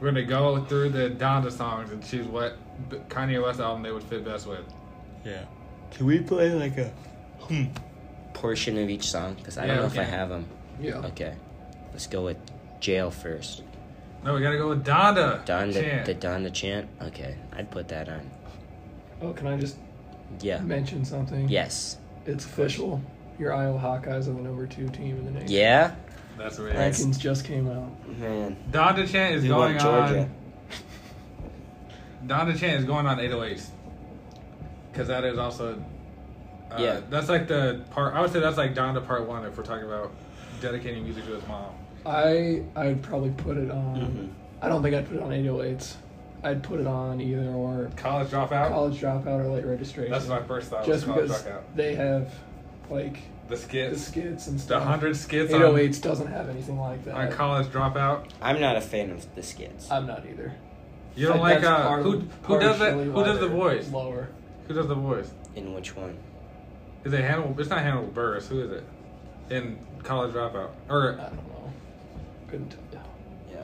We're gonna go through the Donda songs and choose what B- Kanye West album they would fit best with. yeah. Can we play like a hmm, portion of each song? Because I don't Yeah, know we if I can. have them. Yeah. Okay, let's go with jail first. No, we gotta go with Donda. Don the, Chant. the Don the chant. Okay, I'd put that on. Oh, can I just Yeah. mention something? Yes. It's official. Your Iowa Hawkeyes are the number two team in the nation. Yeah. That's what it is. Rankings just came out. Man. Donda chant is We going want Georgia. on. Donna Chan is going on 808s. Because that is also. Uh, Yeah. That's like the part. I would say that's like Donda part one if we're talking about dedicating music to his mom. I I'd probably put it on. Mhm. I don't think I'd put it on 808s. I'd put it on either or College Dropout? college dropout or late registration. That's my first thought. Just was College because Dropout. they have like The the skits. skits and The stuff. 100 skits on, 808s doesn't have anything like that. on College Dropout. I'm not a fan of the skits. Uh, I'm not either. You don't I- like that's uh, par- who who does that? partially Who why does the they're voice? Lower. Who does the voice? In which one? Is it Hannibal? It's not Hannibal Burris. Who is it? In College Dropout or I don't know. Couldn't tell you. Yeah.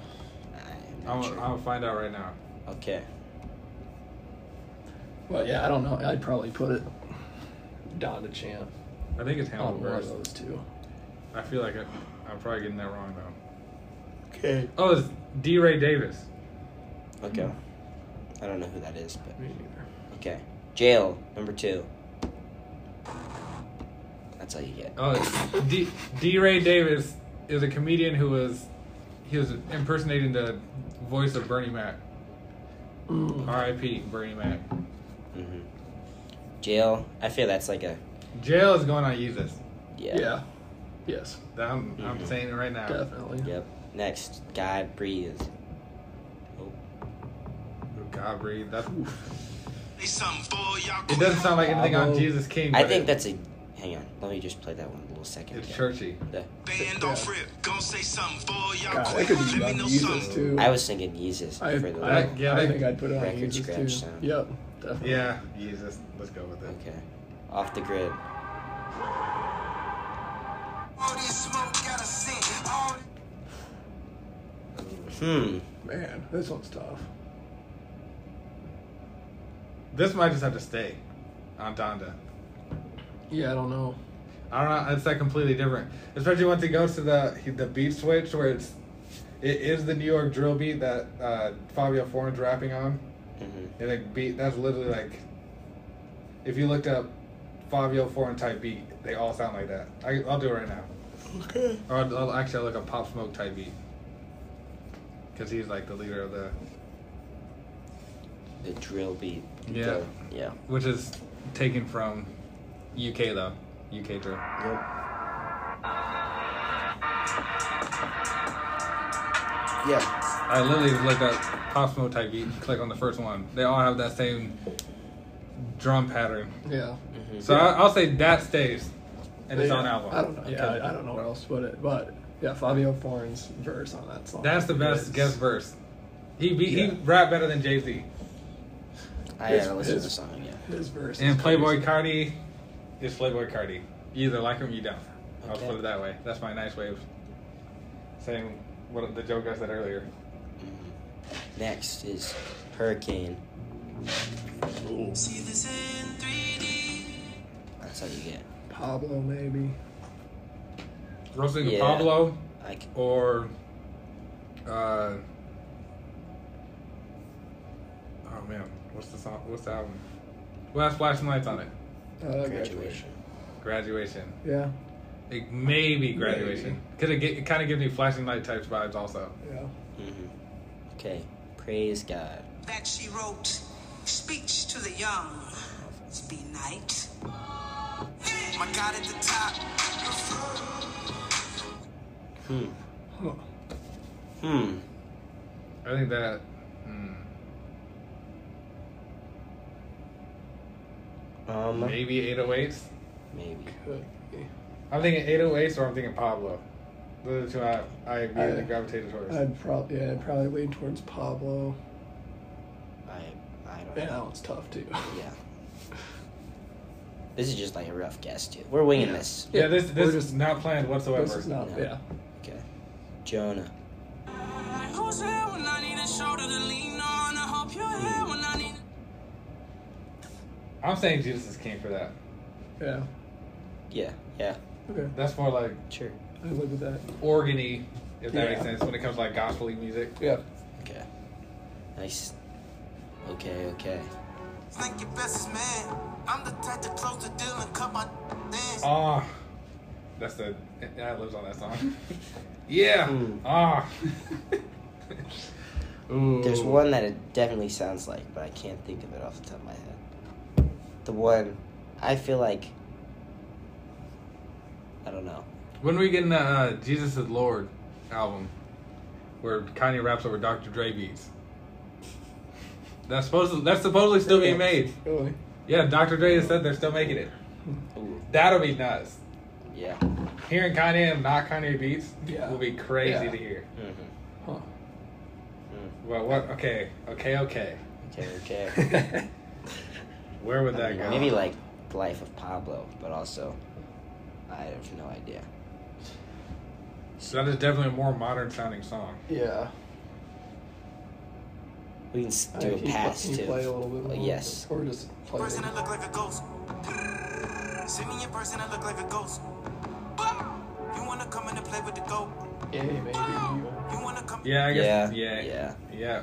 I'm not I'll, sure. I'll find out right now. okay. But yeah, I don't know. I'd probably put it down to champ I think it's Hannibal on one of Burris. those two. I feel like I, I'm probably getting that wrong though. Okay. Oh, it's D. Ray Davis. Okay. I don't know who that is, but Me Mm-hmm. neither. okay. Jail number two. That's all you get. Oh, it's D. D. Ray Davis is a comedian who was he was impersonating the voice of Bernie Mac. Mm. R.I.P. Bernie Mac. hmm Jail. I feel that's like a Jail is going on Jesus. yeah. Yeah. Yes. I'm I'm Mhm. saying it right now. Definitely. Yep. Next, God breathes. Oh, God breathe. That's They something for y'all. It doesn't sound like anything on Bravo. Jesus King. I but think it- that's a. Hang on. Let me just play that one a little second. it's again. churchy. The- Band don't flip. Gon' say something for y'all. God, that quick. could be Let on me know Jesus something. too. I was thinking Jesus I, for the. I, little- Yeah, I they- think I'd put it on record Jesus scratch too. sound. Yep. Definitely. Yeah, Jesus. Let's go with it. okay. Off the grid. All this smoke got a scent. All Hmm. Man, this one's tough. This might just have to stay on Donda. Yeah, I don't know. I don't know. It's like completely different, especially once it goes to the the beat switch where it's it is the New York drill beat that uh, Fabio Foreign's rapping on. hmm And like beat that's literally like if you looked up Fabio Foreign type beat, they all sound like that. I, I'll do it right now. Okay. Or I'll, I'll actually I'll look up Pop Smoke type beat because he's like the leader of the The drill beat. Yeah. The- yeah. which is taken from UK though. UK drill. Yeah. I literally just looked up Pop Smoke type beat. Click on the first one. They all have that same drum pattern. Yeah. Mm-hmm. So I, I'll say that stays, and it's Yeah, on album. I don't know. Yeah, Okay. I, I don't know where else to put it, but yeah, Fabio Foreign's verse on that song. That's the best is- guest verse. He beat, Yeah. he rap better than Jay Z. I gotta It's- listen to the it's- song again. His verse. And is Playboy crazy. Cardi is Playboy Cardi. You either like him or you don't. I'll Okay. put it that way. That's my nice way of saying what the joke I said earlier. Mhm. Next is Hurricane. See this in 3D. That's all you get. Pablo maybe. Roasting Yeah. Pablo I c- or uh oh man, what's the song? What's the album? Well, that's flashing lights on it. Uh, graduation. Graduation. Yeah. It maybe graduation. Cause it, get, it kind of gives me flashing light types vibes also. Yeah. hmm Okay. Praise God. That she wrote speech to the young. It's be night. My God at the top. Hmm. Huh. Hmm. I think that. Hmm, Um. Uh-huh. maybe 808s. Maybe. Could be. I'm thinking 808s or I'm thinking Pablo. Those are the two I, I immediately I- gravitated towards. I'd probably yeah, I'd probably lean towards Pablo. I. I don't. Man, that know. one's tough too. Yeah. This is just like a rough guess, too. We're winging this. yeah, this this we're is not planned whatsoever. This is not. No. Yeah. Okay. Jonah. Who's here when I need a shoulder to lean on? I hope you're here Hmm. when I need I'm saying Jesus is king for that. Yeah. Yeah. Yeah. Okay. That's more like Sure. I live with that. organy, if that makes Yeah. sense, when it comes to like gospel music. Yeah. Okay. Nice. Okay. Okay. Think your best man. I'm the type to close the deal and cut my things. Ah, that's the Hmm. ah. that lives on that song. yeah. Mm. Ah. Ooh. There's one that it definitely sounds like, but I can't think of it off the top of my head. The one I feel like I don't know. When are we getting the uh, Jesus is Lord album, where Kanye raps over Dr. Dre beats? That's supposed to, that's supposedly still being made. Really? Yeah, Dr. Dre has said they're still making it. Ooh, That'll be nuts. yeah. Hearing Kanye and not Kanye beats Yeah. will be crazy Yeah. to hear. Mm-hmm. Huh. Well, what? Okay, okay, okay. Okay, okay. yeah. Where would I that mean, go? maybe like the life of Pablo, but also I have no idea. So that is definitely a more modern sounding song. We can s- I do a mean, can Uh, you pl- pass can you too. play a little bit Oh, more? yes. Or just play. a Person that little. look like a ghost. Send me a person that look like a ghost. You wanna come in and play with the goat? Yeah, maybe. you- You wanna come? Yeah, I guess. Yeah, Yeah, yeah.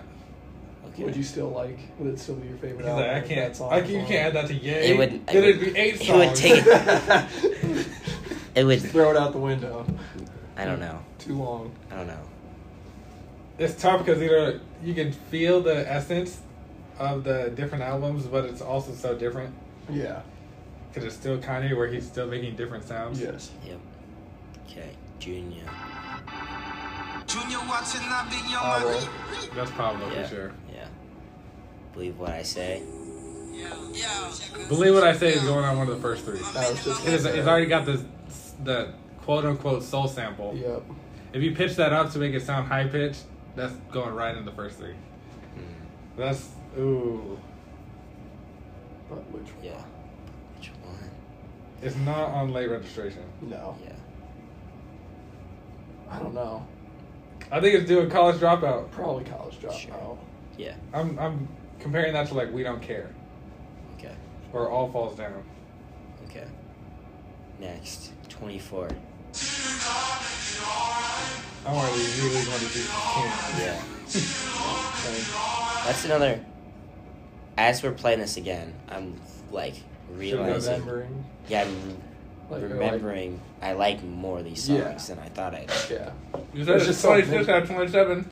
Okay. Would you still like? Would it still be your favorite? He's like, I album if can't. that's all I can, you on? can't add that to Yay. It would- Then it it'd would- be eight it would songs. take it- It would. Throw it out the window. I don't know. Too long. I don't know. it's tough because either you can feel the essence of the different albums, but it's also so different Yeah. because it's still Kanye, where he's still making different sounds. Yes. Yep. Okay, Junior. Junior watching, I be young. Ah, well. that's Pablo yeah. for sure. Yeah. Believe what I say. Believe what I say is going on one of the first three. That was just. It is, it's already got the the quote unquote soul sample. Yep. If you pitch that up to make it sound high pitched, that's going right in the first three. Hmm. That's ooh. But which? one? Yeah. Which one? It's not on late registration. No. Yeah. I don't know. I think it's doing college dropout. Probably college dropout. Sure. Yeah. I'm I'm comparing that to like we don't care Okay. or all falls down. Okay. Next, 24. I want to really want to do this. Yeah. That's another. As we're playing this again, I'm like realizing. Remembering. Yeah, I'm Like, you're like- remembering. I like more of these songs Yeah. than I thought I did. Yeah. You There's said just it's so 26 many- out of 27.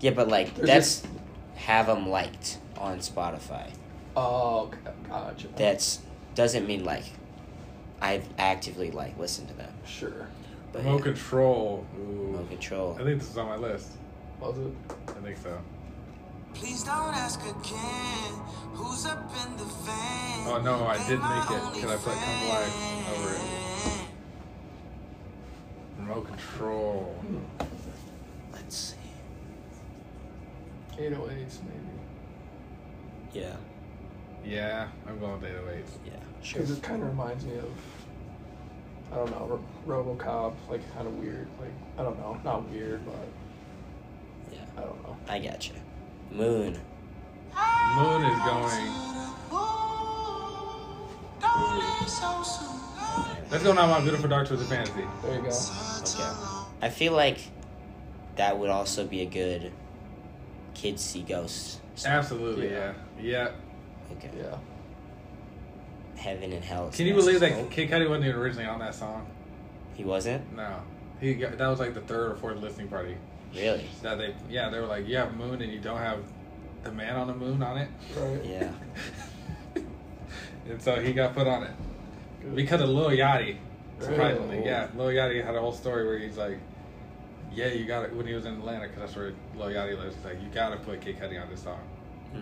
Yeah, but like There's that's have 'em have them liked on Spotify. Oh, g- gotcha. That's doesn't mean like I've actively like listened to them. Sure. But Remote yeah, control. Ooh. remote control. I think this is on my list. Was it? I think so. Please don't ask again. Who's up in the van? Oh, no, I They did my make it, 'cause I put only Come Alive over it. friend. Remote control. Hmm. Let's see. 808s maybe. Yeah. Yeah, I'm going with 808s. Yeah. Sure. Because it kind of reminds me of, I don't know, Ro- RoboCop. Like kind of weird. Like I don't know, not weird, but Yeah. I don't know. I gotcha. Moon. Moon is going. That's going on my beautiful dark twisted fantasy. There you go. Okay. I feel like that would also be a good kids see ghosts. song. Absolutely, Yeah. yeah. Yeah. Okay. Yeah. Heaven and hell. is Can you next. believe that Kid Cudi wasn't even originally on that song? He wasn't No. He got, that was like the third or fourth listening party. really. That they yeah, they were like, You have moon and you don't have the man on the moon on it. Right. Yeah. And so he got put on it. Good. Because of Lil Yachty, surprisingly. Really? Yeah, Lil Yachty had a whole story where he's like, yeah, you got it when he was in Atlanta, because that's where Lil Yachty lives. He's like, you got to put Kid Cudi on this song. hmm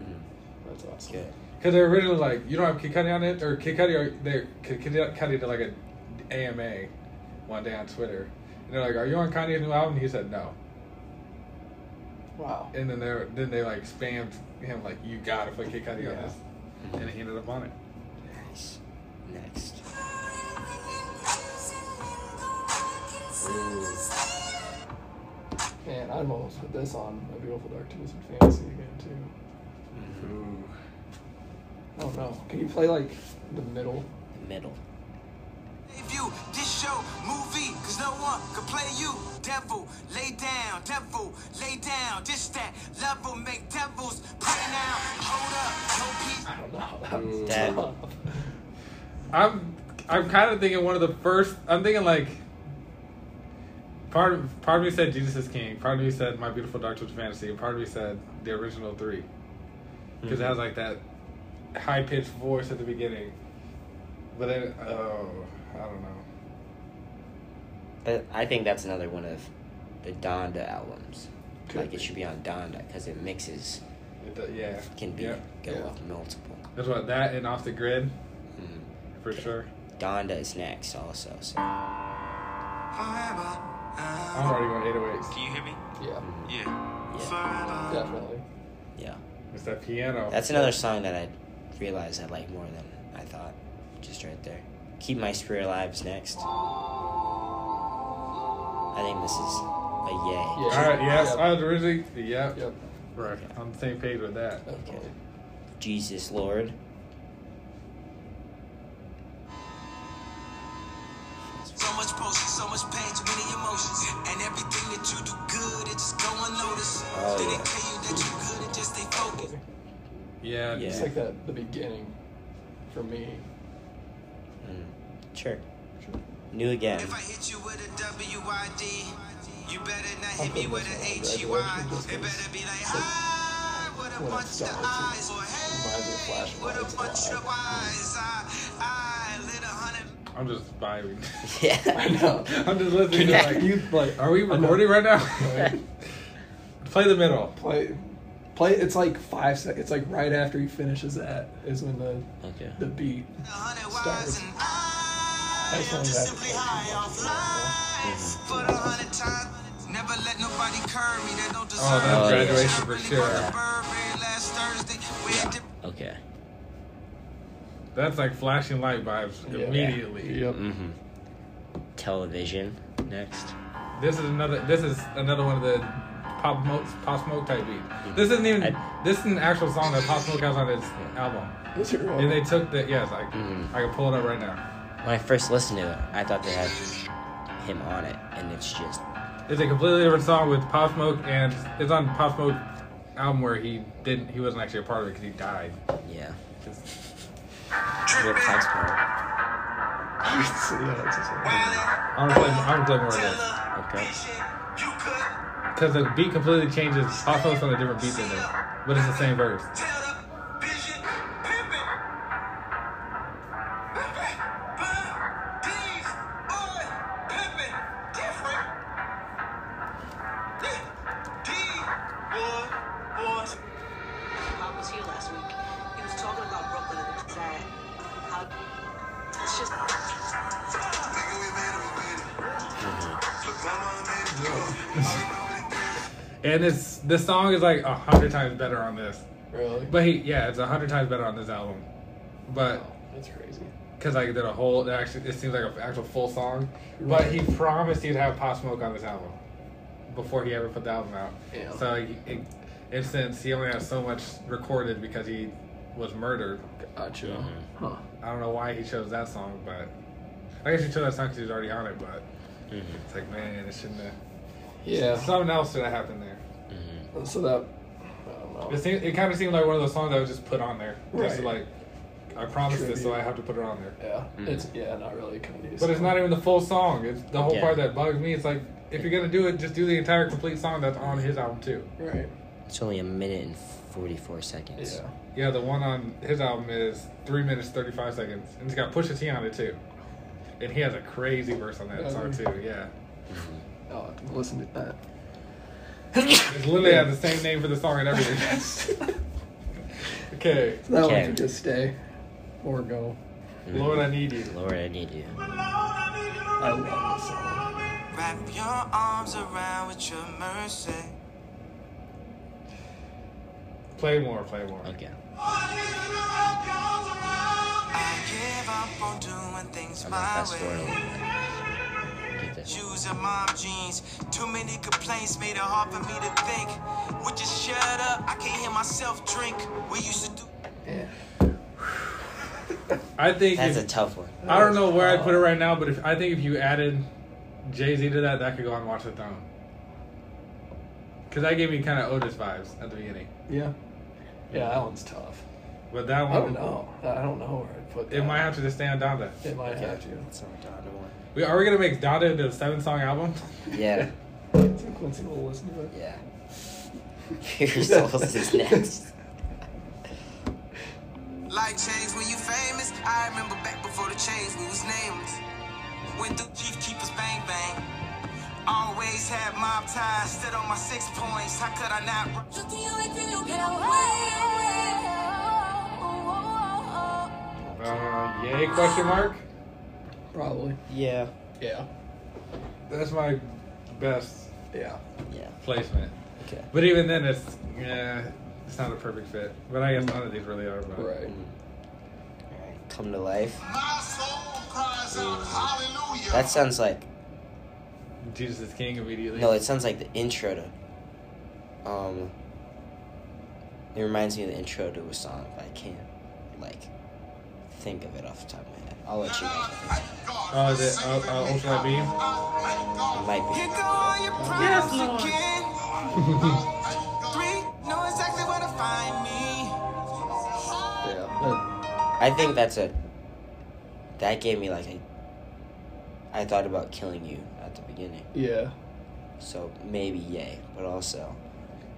That's awesome. Good. Because they're originally like, you don't have Kid Cudi on it? Or Kid Cudi, or they, Kid Kid Cudi did like an AMA one day on Twitter. And they're like, are you on Kanye's new album? He said, no. Wow. And then they are then they like spammed him like, you got to put Kid Cudi on Yeah. this. Mm-hmm. And he ended up on it. Nice. Next. Man, I'd almost put this on My Beautiful Dark Twisted Fantasy again too. Mm-hmm. Ooh. I don't know. Can you play like the middle? Middle. Debut, this show, movie, cause no one could play you. Devil, lay down, devil, lay down. This that level, make devils pray now. Hold up, no peace. I don't know. That was Ooh. Mm. That- tough. I'm I'm kind of thinking one of the first. I'm thinking like Part of, part of me said Jesus is King. Part of me said My Beautiful Dark Twisted Fantasy. and Part of me said the original three because it has like that high pitched voice at the beginning. But then, oh, I don't know. But I think that's another one of the Donda albums. Could like be. it should be on Donda because it mixes It, do- yeah, can be Yeah, go yeah. off multiple. That's what that and off the grid Mm. for sure. Donda is next also. So Mm. Forever. Uh, I'm already going 808s. Can you hear me? Yeah, Yeah. yeah, Forever. definitely. yeah. It's that piano. That's another song that I realized I like more than I thought. Just right there. Keep My Spirit Alive is next. I think this is a yay. Yeah. All right. Yes. Oh, Yep. I was originally. Yep. Yep, Right. On the same page with that. definitely. Jesus Lord. So much potion, so much pain, too many emotions. And everything that you do good, it just go unnoticed. Oh, they yeah. tell you that you good and just stay focused. Yeah. Yeah. It's like that the beginning for me. Mm. Sure. New again. If I hit you with a WID, you better not I'm hit me putting with this an on HUI. graduation just It 'cause better be like, hi, with a when I bunch of started, eyes, or my other hey, flashlight with is a bunch alive. of eyes. I, I lit a hundred. I'm just vibing. I yeah. know. I'm just listening. to like, you like? Are we know. recording right now? Play the middle. Play, play. It's like five seconds. It's like right after he finishes that is when the Okay. the beat. a hundred Start wives, with- and I That's am not just bad. simply high off life. For the hundred times, never let nobody curb me. They don't deserve that's graduation Oh, for me. Child really sure. bought the Burberry last Thursday. We had to- Okay. That's like flashing light vibes Yeah. immediately. Yep. Mm-hmm. Television next. This is another. This is another one of the pop smoke, pop smoke type beats. This isn't even. I- this is an actual song that Pop Smoke has on his album. Those are all- And they took the. Yes, I, Mhm. I can pull it up right now. When I first listened to it, I thought they had him on it, and it's just It's a completely different song with Pop Smoke, and it's on Pop Smoke album where he didn't. He wasn't actually a part of it because he died. yeah. It's- Real Foxborough. yeah, it's the same. I'm gonna play. I'm gonna play more of this Okay. You could because the beat completely changes. Pop Smoke's on a different beat than this, but it's the same verse. tell the vision pimping. Pimping, but these are pimping different. These boy, boys. I was here last week. He was talking about Brooklyn and that how it's just Nigga, we made it, we made it. Look, mama, I made it. And it's this song is like a hundred times better on this. Really? But he, yeah, it's a hundred times better on this album. But Wow, oh, that's crazy. because I did a whole, it actually, it seems like an actual full song. But he promised he'd have Pop Smoke on this album before he ever put the album out. Yeah. So, he, it, and since he only has so much recorded because he was murdered, Gotcha. Huh. I don't know why he chose that song. But I guess he chose that song because he was already on it. But it's like, man, it shouldn't have. Yeah. So, Something else should have happened there. Mm-hmm. that. I don't know. It, seemed, it kind of seemed like one of those songs that was just put on there. Just Right. like, I promised this, so Tribute. I have to put it on there. yeah. It's yeah, not really Kanye's. But it's not even the full song. It's the whole Yeah. part that bugs me. It's like if you're gonna do it, just do the entire complete song that's on his album too. right. It's only a minute and forty-four seconds. Yeah. Yeah, the one on his album is three minutes thirty five seconds, and it's got Pusha T on it too. And he has a crazy verse on that Yeah, song dude. too. Yeah, I'll have to listen to that. it's literally has the same name for the song and everything. okay, That one Okay. can just stay or go. Mm-hmm. Lord, I need you. Lord, I need you. I love this song. Wrap your arms around with your mercy. Play more, play more. Okay. I give up on doing things I'm gonna my fast forward a way. little bit. Get this. Shoes and mom jeans. Too many complaints made it hard for me to think. Would you shut up? I can't hear myself drink. We used to do. Yeah. I think That's if, a Oh. tough one. I don't know where I'd put it right now, but if I think if you added Jay Z to that, that could go on Watch the Throne. Because that gave me kind of Otis vibes at the beginning. Yeah. Yeah, that one's tough. But that I one, don't know. I don't know where I'd put that. it might have to just stay on Donda. It might Okay. have to. That's not Donda one. We are we gonna make Donda into a seven song album? Yeah. So Quincy will listen to it. Yeah. Your Souls is next. Life changed when you famous. I remember back before the change, we was nameless. Went through Chief Keepers Bang Bang. Always had mob ties, stood on my six points. How could I not? run? Just the only thing you get away. Uh, yay? Question mark. Probably. Yeah. Yeah. That's my best Yeah. Yeah. placement. Okay. But even then, it's yeah, it's not a perfect fit. But I guess none of these really are. But Right. Alright. Come to life. My soul cries out, Hallelujah. That sounds like Jesus is King immediately. no. It sounds like the intro to. Um. It reminds me of the intro to a song, but I can't like think of it off the top of my head. I'll let you guys. know. Oh, is it? Uh, uh, Ultra Light Beam? It might be. Here go all your problems again. Three, know exactly where to find me. Yeah. I think that's a. That gave me like a. I thought about killing you at the beginning, Yeah. so maybe yay, but also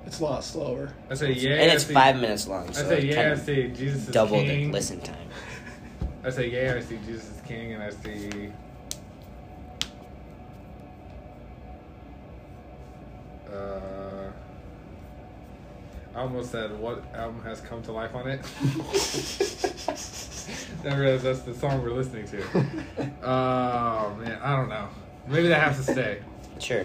It's a lot slower. I say yeah. and it's I see, five minutes long, I so say it yeah. I kind of see Jesus is doubled King. the listen time. I say yeah. I see Jesus is King, and I see. Uh, I almost said what album has come to life on it. I realized that's the song we're listening to. Oh man, I don't know. Maybe that has to stay. Sure.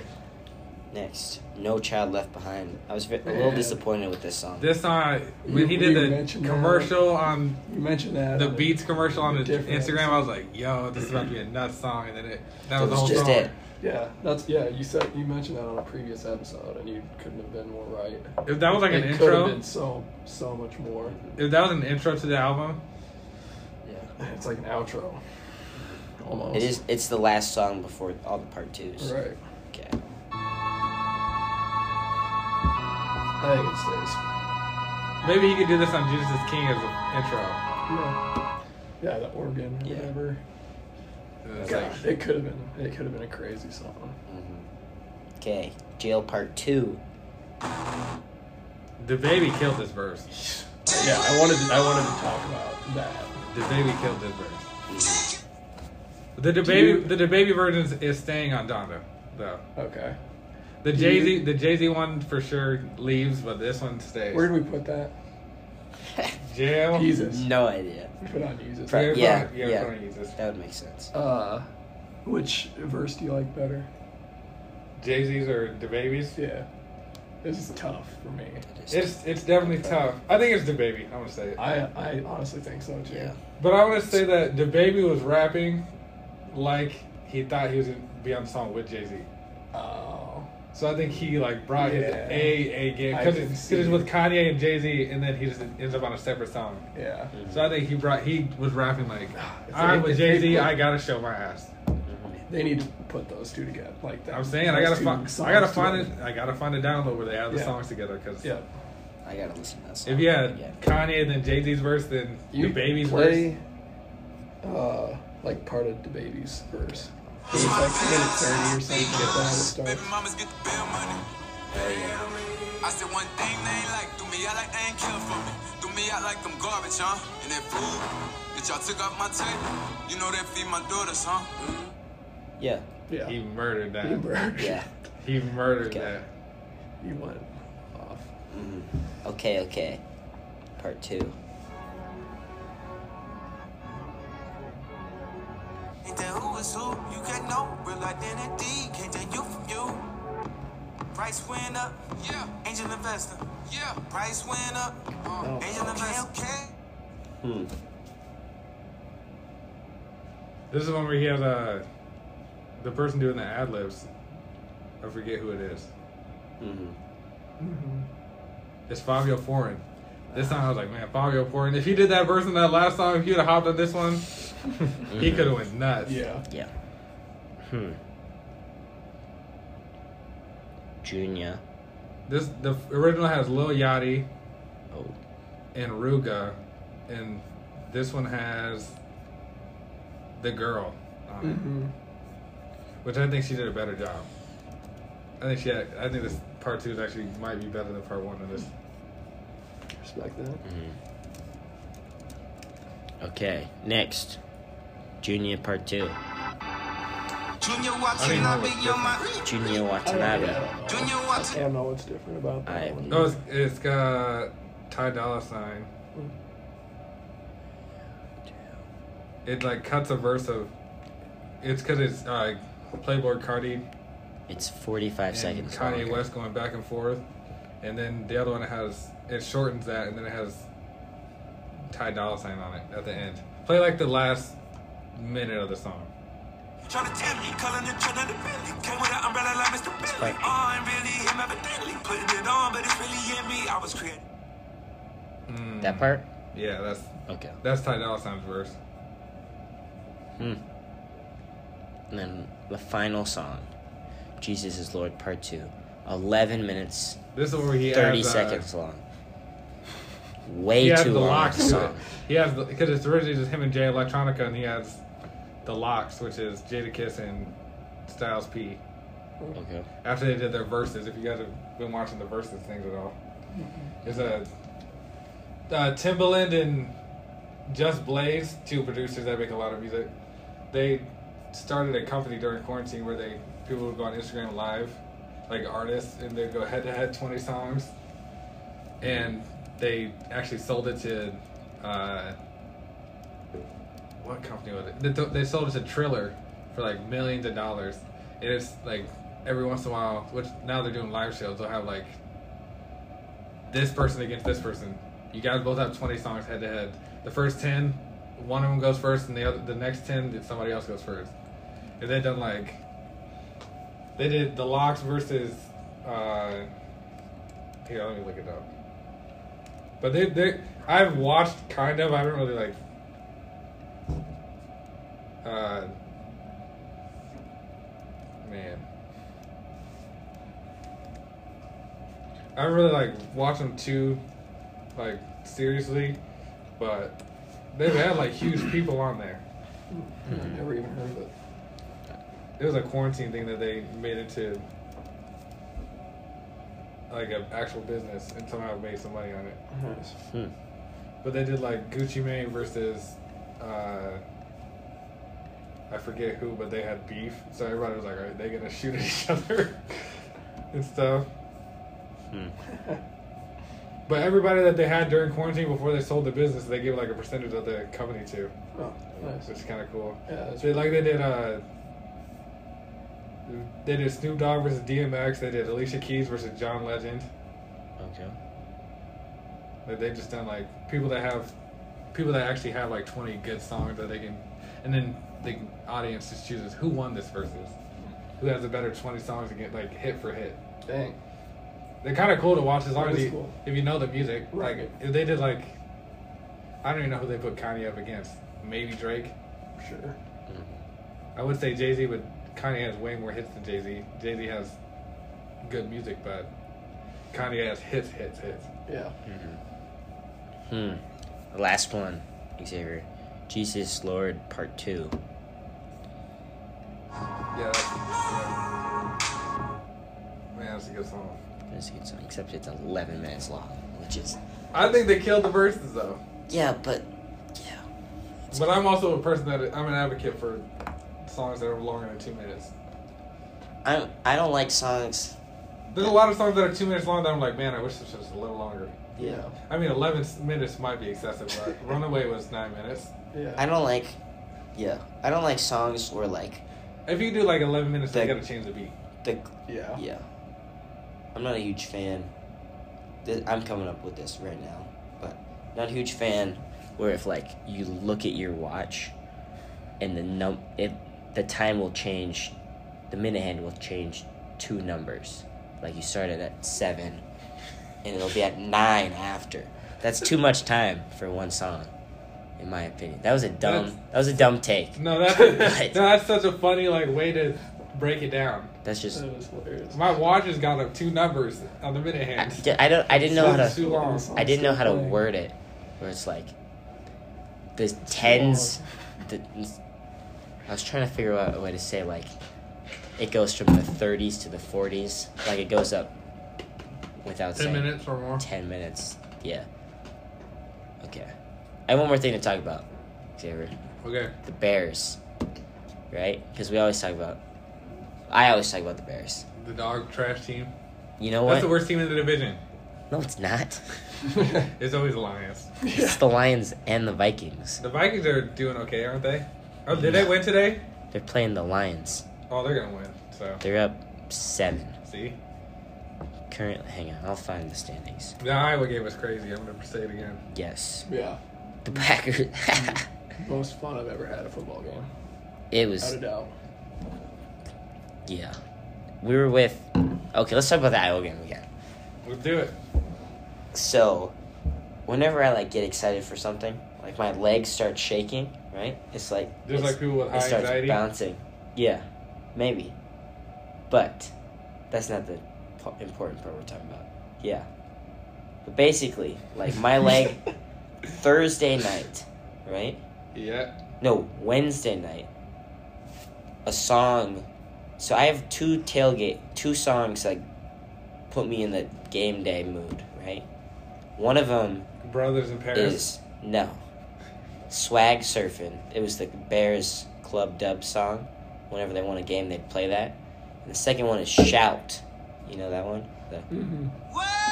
Next, No Child Left Behind. I was ve- a little Man. disappointed with this song. This song when he You- did you the mentioned that. commercial on You mentioned that. the on Beats commercial on his Different. Instagram, I was like, "Yo, this is about to be a nuts song," and then it that That was the was whole just song. it. Yeah. That's yeah. You said you mentioned that on a previous episode, and you couldn't have been more right. If that was like it an could have intro, been so so much more. if that was an intro to the album, Yeah. It's like an outro. Almost. It is. It's the last song before all the part twos. Right. Okay. I think it stays. maybe he could do this on Jesus is King as an intro. Yeah. Yeah, the organ or Yeah. whatever. And it's God, like, it could have been. It could have been a crazy song. Mm-hmm. Okay. Jail Part Two. the baby killed this verse. Yeah, I wanted. To, I wanted to talk about that. The baby killed this verse. The the baby the the baby version is- is staying on Donda though. Okay. The Jay Z the Jay Z one for sure leaves, but this one stays. Where did we put that? Jail. Jesus. No idea. We put on Jesus. Pro- Jail yeah, Pro- yeah. Pro Jesus. That would make sense. Uh, which verse do you like better? Jay Z's or the babies? Yeah. This is tough for me. It's it's definitely tough. I think it's the baby. I'm gonna say it. I I honestly think so too. yeah. But I want to say that the baby was rapping like he thought he was gonna be on the song with Jay Z. Oh. So I think he like brought his Yeah. A A game I because can it's, see 'cause it's with it. Kanye and Jay Z, and then he just ends up on a separate song. Yeah. So I think he brought he was rapping like, If I'm they- with if they Jay Z. put- I gotta show my ass. They need to put those two together like that. I'm saying I gotta find I gotta find it. it. I gotta find a download where they have the Yeah. songs together because Yeah. I gotta listen to that song. If you had again. Kanye then Jay Z's verse, then You the baby's play, verse. uh, like part of the baby's verse. It was like minute thirty or something like that. It Baby starts. mama's get the bill money. I said one thing they ain't like. Do me out like they ain't care for me. Do me out like them garbage, huh? And that food that y'all took off my table. You know that feed my daughters, huh? Yeah. Yeah. He murdered that. He burned. Yeah. He murdered Okay. that. He went off. Okay. Okay. Part two. Ain't that who is who? You got no real identity. Can't tell you from you. Price went up. Yeah. Angel investor. Yeah. Uh. Price went up. Oh. Angel investor. Okay. Hmm. This is one where he has uh, the person doing the ad libs. I forget who it is. hmm It's Fabio Foreign. This time I was like, man, Fabio Foreign. If he did that verse in that last song, if he would have hopped on this one, he could have went nuts. Yeah. Yeah. Hmm. Junior. This the original has Lil Yachty Oh. and Ruga and this one has the girl on it, hmm which I think she did a better job. I think she had, I think this part two is actually might be better than part one of this. Respect that. Mm-hmm. Okay, next. Junior Part 2. Junior I mean, Watanabe, it's you're my. Junior I don't, Watanabe. yeah, I don't know. Junior I Watanabe. don't know what's different about I that have one. no- Oh, it's, it's got Ty Dolla Sign. It like cuts a verse of. It's because it's uh, Playboy Cardi It's 45 and seconds. Kanye long. West going back and forth, and then the other one has it shortens that, and then it has Ty Dolla Sign on it at the end. Play like the last minute of the song. Trying to tell me, calling the trend on the Bentley. Came with an umbrella like Mr. Bentley. Oh, I'm really him evidently. Putting it on, but it's really in me. I was created. Mm, That part? Yeah, that's Okay. that's Ty Dolla Sign's verse. Hmm. And then the final song, Jesus is Lord Part 2. 11 minutes, This is where he 30 adds, uh, seconds long. Way he adds too the long of a locks to it. song. He has because it's originally just him and Jay Electronica, and he has the locks, which is Jada Kiss and Styles P. Okay. After they did their verses, if you guys have been watching the verses things at all, is a uh, Timbaland and Just Blaze, two producers that make a lot of music. They started a company during quarantine where they people would go on Instagram Live, like artists, and they'd go head to head twenty songs, and they actually sold it to. Uh, what company was it? They, they sold it to Triller for like millions of dollars. And it's like every once in a while, which now they're doing live shows, they'll have like this person against this person. You guys both have 20 songs head to head. The first 10, one of them goes first, and the other, the next 10, that somebody else goes first. And they done like, they did the locks versus, uh, here, let me look it up. But they, they, I've watched kind of, I haven't really like uh, man. I really like watch them too, like seriously, but they've had like huge people on there. I've never even heard of it. It was a quarantine thing that they made into like an actual business and somehow made some money on it. Nice. Hmm. But they did like Gucci Mane versus uh, I forget who, but they had beef. So everybody was like, "Are they gonna shoot at each other and stuff?" Hmm. But everybody that they had during quarantine before they sold the business, they gave like a percentage of the company to, Oh, nice. which is kind of cool. Yeah, that's So, like they did. Uh, they did Snoop Dogg versus DMX. They did Alicia Keys versus John Legend. Okay. Like they just done like people that have people that actually have like twenty good songs that they can, and then the audience just chooses who won this versus, who has a better twenty songs to get like hit for hit. Dang. They're kind of cool to watch as long That as is you, cool. if you know the music. Right. Like if they did like, I don't even know who they put Kanye up against. Maybe Drake. Sure. I would say Jay Z, but Kanye has way more hits than Jay Z. Jay Z has good music, but Kanye has hits, hits, hits. Yeah. Hmm. The last one, Xavier. Jesus Lord Part 2. Yeah. That's, yeah. Man, that's a good song. That's a good song, except it's 11 minutes long, which is. I think they killed the verses though. Yeah, but. Yeah. But I'm also a person that I'm an advocate for songs that are longer than two minutes. I don't, I don't like songs. There's a lot of songs that are two minutes long that I'm like, man, I wish this was a little longer. Yeah. I mean, 11 minutes might be excessive, but Runaway was nine minutes. Yeah. I don't like. Yeah. I don't like songs where, like. If you do like 11 minutes, That- you gotta change the beat. The, Oh. Yeah. yeah. I'm not a huge fan. Th- I'm coming up with this right now, but not a huge fan where if, like, you look at your watch and the num. If the time will change, the minute hand will change two numbers. Like, you started at seven and it'll be at nine after. That's too much time for one song, in my opinion. That was a dumb. That's- that was a dumb take. No, that's, Right. no, that's such a funny like way to break it down. That's just. Uh, That was hilarious. My watch has got up two numbers on the minute I, hand. I don't. I didn't know how to. Too long. I didn't know how to Playing. word it. Where it's like, the tens. The, I was trying to figure out a way to say like it goes from the 30s to the 40s. Like it goes up without Ten saying minutes or more. 10 minutes. Yeah. Okay. I have one more thing to talk about, Xavier. Okay. The Bears. Right? Because we always talk about. I always talk about the Bears. The dog trash team. You know That's what? the worst team in the division. No, it's not. It's always the Lions. It's the Lions and the Vikings. The Vikings are doing okay, aren't they? Oh, did they win today? They're playing the Lions. Oh, they're gonna win. So They're up seven. see, Currently, hang on, I'll find the standings. the Iowa game was crazy. I'm gonna say it again. Yes, Yeah. the Packers. Most fun I've ever had at a football game. it Without was a doubt. yeah. We were with. Okay, let's talk about the Iowa game again. We'll do it. So, whenever I like get excited for something, like my legs start shaking. Right? It's like Just it's- like people with it high starts anxiety. bouncing. Yeah, maybe. But that's not the po- important part we're talking about. Yeah. But basically, like my leg Thursday night, right? Yeah. No, Wednesday night. A song. So I have two tailgate, two songs like put me in the game day mood, right? One of them Brothers in Paris. is no swag surfing. It was the Bears club dub song. Whenever they won a game, they'd play that. And the second one is shout. You know that one? The,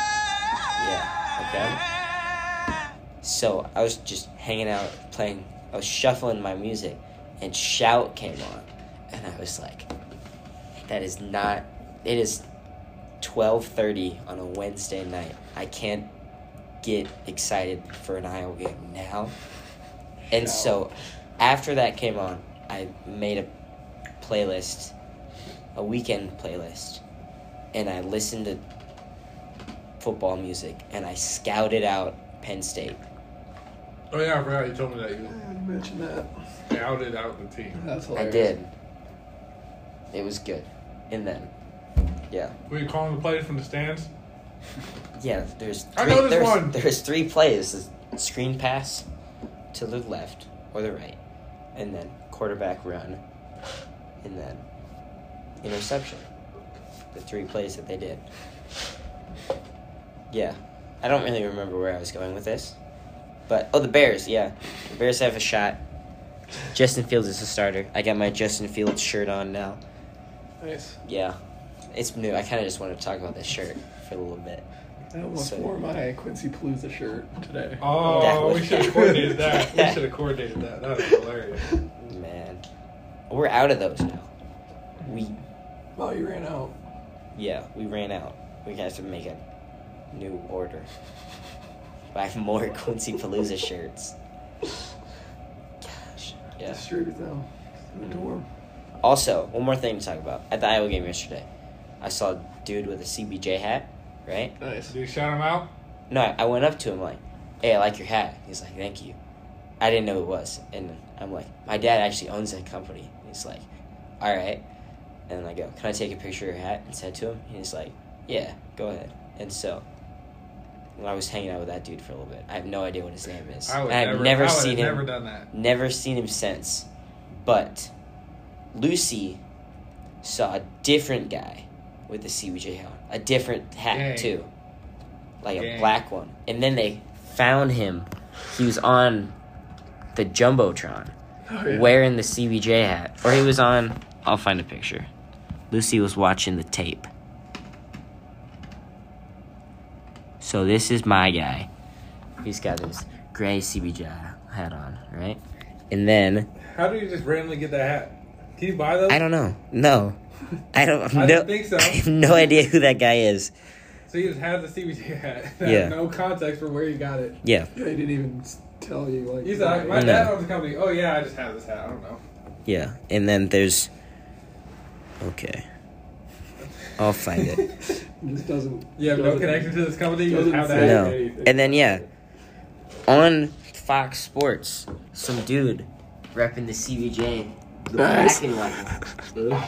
yeah, like that. So I was just hanging out, playing. I was shuffling my music, and shout came on, and I was like, "That is not. It is." 12:30 on a Wednesday night. I can't get excited for an Iowa game now. And so after that came on, I made a playlist, a weekend playlist, and I listened to football music and I scouted out Penn State. Oh yeah, I forgot you told me that you Yeah, you mentioned that. outed out the team. That's I hilarious. did. It was good. And then yeah. Were you calling the plays from the stands? Yeah, there's I three, noticed there's, one. there's three plays. The Screen pass to the left or the right, and then quarterback run, and then interception. The three plays that they did. Yeah. I don't really remember where I was going with this. But oh the Bears, yeah. The Bears have a shot. Justin Fields is a starter. I got my Justin Fields shirt on now. Nice. Yeah. It's new. I kinda just want to talk about this shirt for a little bit. I almost So- wore my Quincy Palooza shirt today. That Oh, was- we should have coordinated that. We should have coordinated that. That was hilarious. Man, we're out of those now. We Oh, you ran out. yeah, we ran out. We have to make a new order. Buy more Quincy Palooza shirts. Gosh, yeah. Distribute them to the dorm. Also, one more thing to talk about. At the Iowa game yesterday, I saw a dude with a CBJ hat. Right? Nice. Did you shout him out? No, I, I went up to him like, "Hey, I like your hat." He's like, "Thank you." I didn't know it was, and I'm like, "My dad actually owns that company." He's like, "All right," and I go, "Can I take a picture of your hat?" and said to him, and he's like, "Yeah, go ahead." And so, when I was hanging out with that dude for a little bit, I have no idea what his name is. I would And I've never. never I would seen have never him. done that. Never seen him since. But Lucy saw a different guy with a CBJ hat, a different hat Dang. too, like a Dang. black one. And then they found him. He was on the jumbotron Oh, yeah. wearing the CBJ hat, or he was on. I'll find a picture. Lucy was watching the tape. So this is my guy. He's got his gray CBJ hat on, right? And then How do you just randomly get that hat? Can you buy those? I don't know. No, I don't. I no, don't think so. I have no idea who that guy is. So you just had the CBJ hat. Yeah. yeah. No context for where you got it. Yeah, Yeah, he didn't even s- tell you. Like, He's like, my No. dad owns the company. Oh yeah, I just have this hat. I don't know. yeah. And then there's. Okay. I'll find it. just doesn't. You have no doesn't- connection to this company. You just Doesn't have that. say hat. No. And then yeah, on Fox Sports, some dude repping the CVJ, the Nice. black and white.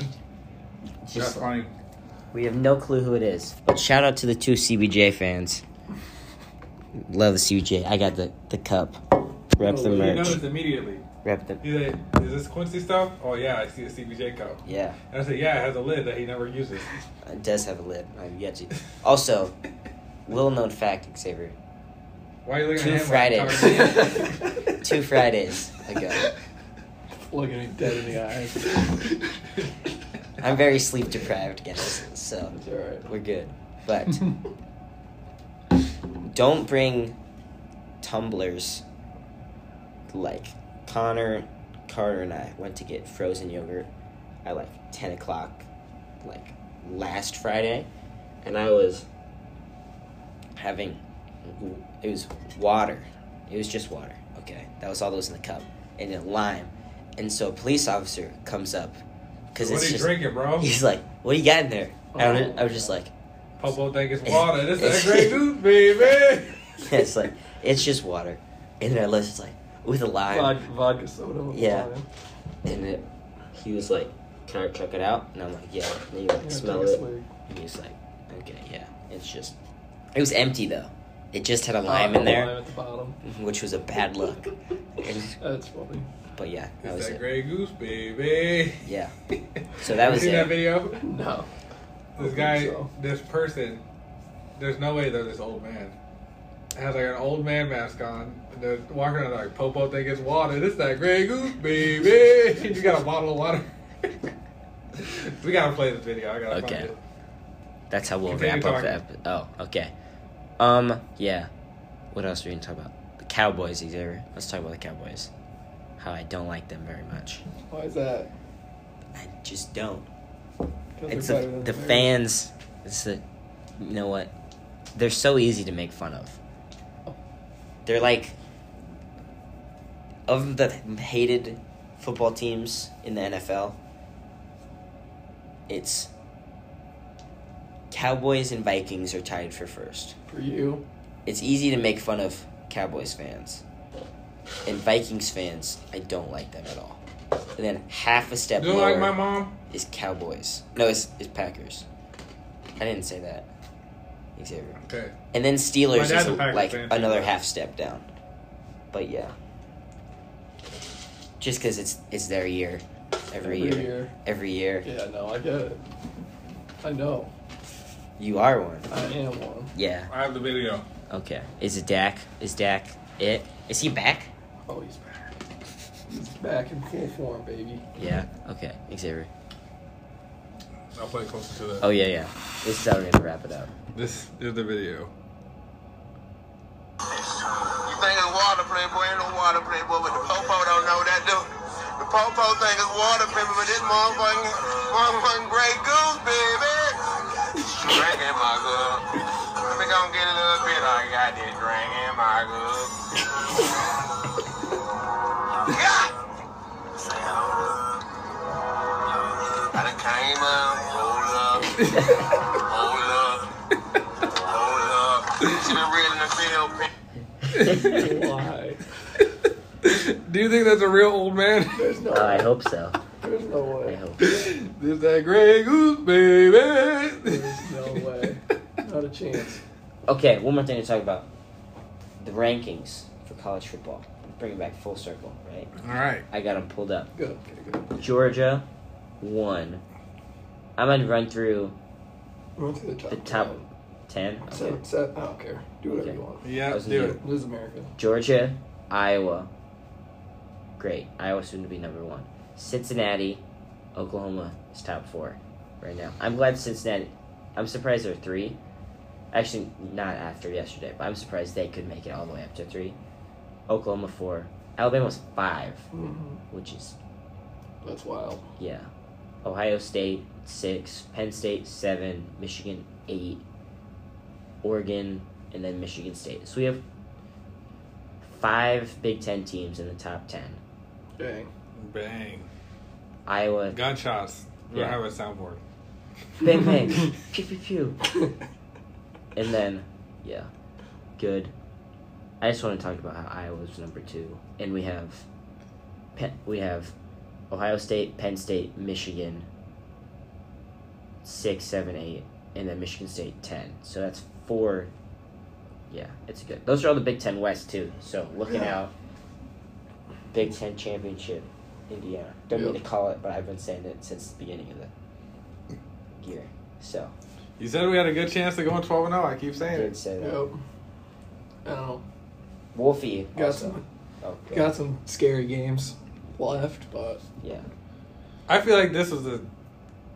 That's Just, funny. we have no clue who it is. But shout out to the two CBJ fans. Love the CBJ. I got the the cup Rep the You merch. notice immediately. Rep the. He's like, is this Quincy stuff? Oh yeah, I see a CBJ cup. Yeah, And I said, yeah, it has a lid that he never uses. it does have a lid. I've yet to. Also, little known fact, Xavier. Why are you looking Two at him? Fridays. Like, Two Fridays ago. Looking me dead in the eyes. I'm very sleep deprived, guys, so It's alright. we're good. But don't bring tumblers. Like Connor, Carter, and I went to get frozen yogurt at like 10 o'clock, like last Friday, and I was having it was water. It was just water. Okay, that was all that was in the cup, and then lime. And so a police officer comes up because what it's are you just drinking, bro? he's like, "What do you got in there?" And I'm- I was just like, Popo think it's water. This is a great dude, baby. it's like it's just water, and then I looked, it's like with a lime, Vodka, vodka soda. with Yeah. lime. and it, he was like, "Can I check it out?" And I'm like, "Yeah." And he Yeah, like take smell a it, swig. and he's like, "Okay, yeah." It's just, it was empty though. It just had a lime in Uh, there, Lime at the bottom. which was a bad look. And- That's funny. but yeah, that It's was that it. Grey Goose, baby. Yeah. So that You was seen it. that video? No. This think guy, so. this person, there's no way they're this old man. Has like an old man mask on. And they're walking around like Popo think it's water. This that Grey Goose, baby. He's got a bottle of water. we gotta play this video. I gotta Okay. find it. That's how we'll Continue wrap up the talking. episode. Oh, okay. Um, yeah. What else are we gonna talk about? The Cowboys, Xavier. Let's talk about the Cowboys. How I don't like them very much. Why is that? I just don't. 'Cause It's they're the, better than the Bears. fans. It's the, you know what? They're so easy to make fun of. Oh. They're like, of the hated football teams in the NFL, it's Cowboys and Vikings are tied for first. For you. It's easy to make fun of Cowboys fans. And Vikings fans, I don't like them at all. And then half a step You don't lower like my mom? is Cowboys. No, it's, it's Packers. I didn't say that. Xavier. Okay. And then My Steelers dad's is a Packers like fan. another half step down. But yeah. Just because it's it's their year. Every, Every year. year. Every year. Yeah, no, I get it. I know. You are one. I am one. Yeah. I have the video. Okay. Is it Dak? Is Dak it? Is he back? Oh, he's back. He's back in full form, baby. Yeah. Okay. Xavier. I'll play closer to that. Oh yeah, yeah. This is how we're gonna wrap it up. This is the video. You think it's water, playboy? Ain't no water, playboy. But the popo don't know that, do? The popo think it's water, playboy. But this motherfucking, motherfucking gray goose, baby. Drink in my good. Let me go and get a little bit. I got this drink in my good. Yeah. I done came up. Hold up. Hold up. Hold up. She been reeling the field, pimp. Why? Do you think that's a real old man? There's no. Uh, I hope so. There's no I way. hope. this that Grey Goose, baby. There's no way. Not a chance. Okay, one more thing to talk about: the rankings for college football. Bring it back full circle, right? All right. I got them pulled up. Good. Okay, good. Georgia, one. I'm gonna run through We went through the top. the top five. ten. Okay. Set, set, I don't care. Do whatever Okay. you want. Yeah, Those are do you. it. This is America. Georgia, Iowa. Great. Iowa soon to be number one. Cincinnati, Oklahoma is top four right now. I'm glad Cincinnati. I'm surprised they're three. Actually, not after yesterday, but I'm surprised they could make it all the way up to three. Oklahoma four. Alabama's five, hmm which is That's wild. yeah. Ohio State six, Penn State seven, Michigan eight, Oregon, and then Michigan State. So we have five Big Ten teams in the top ten. Dang. Bang. Iowa, Gunshots. We don't Yeah. have a soundboard. bang bang, pew pew pew, and then yeah, good. I just want to talk about how Iowa's number two, and we have, Penn, we have, Ohio State, Penn State, Michigan. Six, seven, eight, and then Michigan State ten. So that's four. Yeah, it's good. Those are all the Big Ten West too. So looking Yeah. out, Big Ten championship, Indiana. Don't mean to Yep. call it, but I've been saying it since the beginning of the year. So You said we had a good chance of going 12 and 0. I keep I saying did it. say that. Yep. I don't know. Wolfie Got also. some Oh, go got some scary games left, but Yeah, I feel like this was the,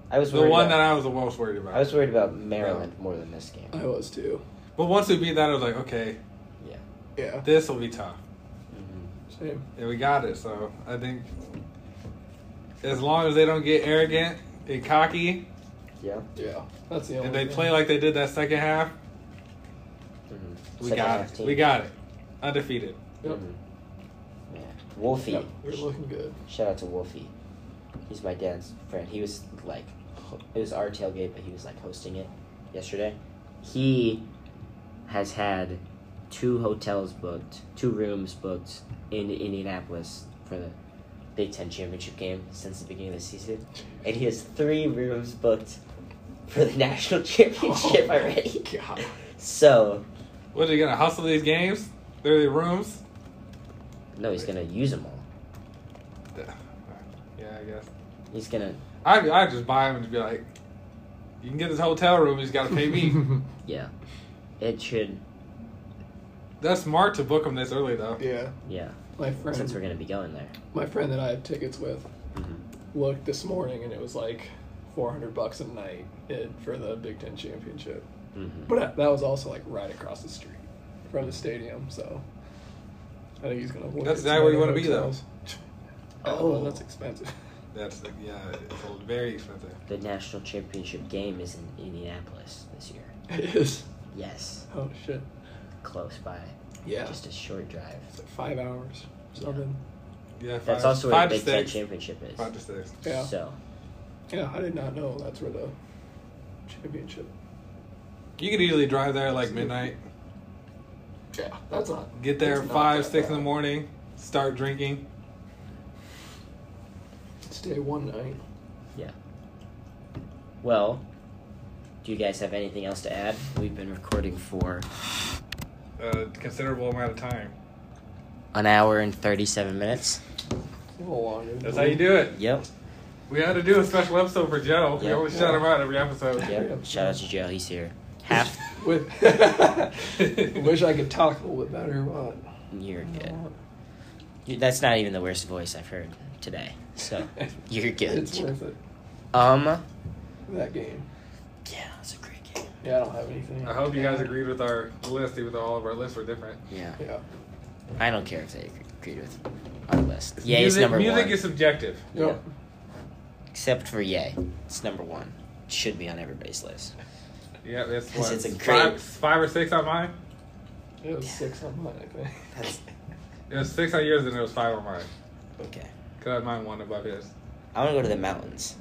I was the worried one about, that I was the most worried about. I was worried about Maryland more than this game. I was too. but once we beat that, I was like, okay, Yeah. Mm-hmm. Yeah. this will be tough. Same. And we got it. So I think as long as they don't get arrogant and cocky Yeah. Yeah. That's the only and they thing. play like they did that second half, we Mm-hmm. Second got half it. team. We got it. Undefeated. Yep. Mhm. Yeah. Wolfie. Yep. We're looking good. Shout out to Wolfie. He's my dad's friend. He was like, ho- it was our tailgate, but he was like hosting it yesterday. He has had two hotels booked, two rooms booked in Indianapolis for the Big Ten championship game since the beginning of the season, and he has three rooms booked for the national championship Oh my already. God. So What are they gonna hustle these games? They're the rooms. no, he's gonna use them all. Yeah, I guess. He's gonna I I just buy them and be like, you can get this hotel room. You just gotta pay me. yeah. It should That's smart to book them this early though. yeah. yeah. My Since we're friend gonna be going there. my friend that I have tickets with looked this morning and it was like 400 bucks a night it, for the Big 10 championship. hmm But that- that was also like right across the street from the stadium, so I think he's gonna. Avoid That's it. exactly where you Some wanna be, though. hotels. Oh, well, that's expensive. That's yeah, it's very expensive. The national championship game is in Indianapolis this year. it is. Yes, Oh shit. close by. Yeah. Just a short drive. It's like five hours. or Something. Yeah, five, That's also where five the to Big Ten six. championship is. Five to six. Yeah. So, Yeah, I did not know that's where the championship. You could easily drive there like midnight. Yeah, that's not. Get there it's at not five, that six in bad. the morning. Start drinking. Stay one night. yeah. Well, do you guys have anything else to add? We've been recording for A considerable amount of time. an hour and 37 minutes. A little longer. That's how you Mm-hmm. do it. Yep. We had to do a special episode for Joe. We Yeah. always shout him out every episode. Yep. Shout out to Joe. He's here. Half. With. Wish I could talk a little bit better, but. You're good. You- That's not even the worst voice I've heard today. So, you're good. It's worth it. Um. That game. Yeah, it's a great game. Yeah, I don't have anything. I hope you guys agreed with our list, even though all of our lists were different. Yeah. Yeah. I don't care if they agreed with our list. Yay is music, number music one. is subjective. Yep. Except for Yay. It's number one. Should be on everybody's list. Yeah, that's 'Cause what it's a five, great- five or six on mine. It was six on mine, I think. That's It was six on yours, and it was five on mine. okay. Cause mine one above his. I want to go to the mountains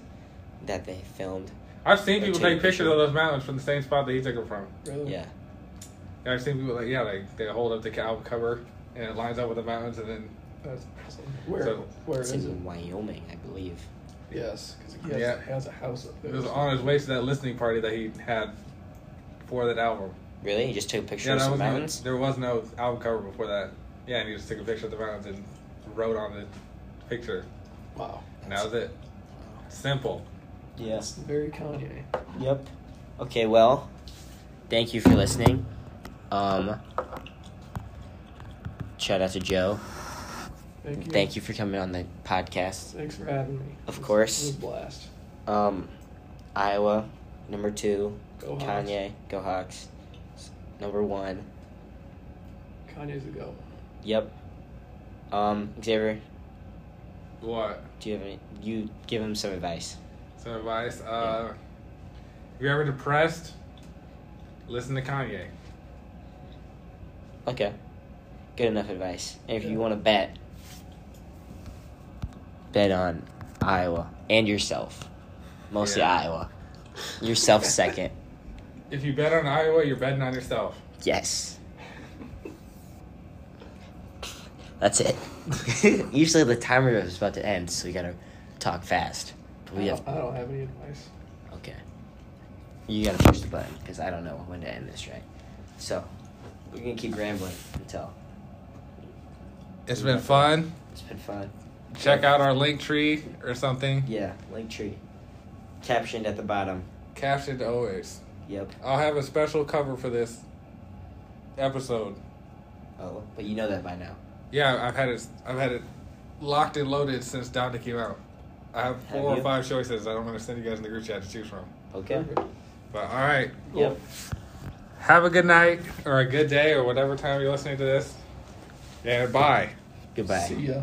that they filmed. I've seen Or people take a take pictures picture. of those mountains from the same spot that he took them from. Really? Yeah. Yeah, I've seen people like yeah, like they hold up the album cover and it lines up with the mountains, and then That's awesome. Where, So- where It's is it? in Wyoming, I believe. Yes, because he has, Yeah. he has a house up there. it was on his way to that listening party that he had for that album. Really? You just took a picture Yeah, of that some was mountains? no, there was no album cover before that. Yeah, and he just took a picture of the mountains and wrote on the picture. Wow. And that was it. Simple. Yes. Very Kanye. Yep. Okay, well, thank you for listening. Um, shout out to Joe. Thank you. Thank you for coming on the podcast. Thanks for having me. Of It was- course. It was a blast. Um, Iowa, number two. Go Hawks. Kanye, go Hawks. S- Number one. Kanye's a go. Yep. Um, Xavier, What? do you have any? You give him some advice. Some advice. Uh, If you're ever depressed, listen to Kanye. Okay. Good enough advice. And if Yeah. you want to bet, bet on Iowa and yourself. Mostly Yeah. Iowa. Yourself second. If you bet on Iowa, you're betting on yourself. Yes. That's it. Usually the timer is about to end, so we gotta talk fast. But we I, have don't, I don't have any advice. Okay. You gotta push the button because I don't know when to end this, right? So we're gonna keep rambling until It's been fun. It's been fun. Check out our link tree or something. Yeah, link tree. Captioned at the bottom. Captioned always. Yep. I'll have a special cover for this episode. Oh, but you know that by now. Yeah, I've had it. I've had it locked and loaded since Donda came out. I have Have four you? or five choices. I don't want to send you guys in the group chat to choose from. Okay. But all right, Yep. have a good night or a good day or whatever time you're listening to this, and bye. Goodbye. See ya.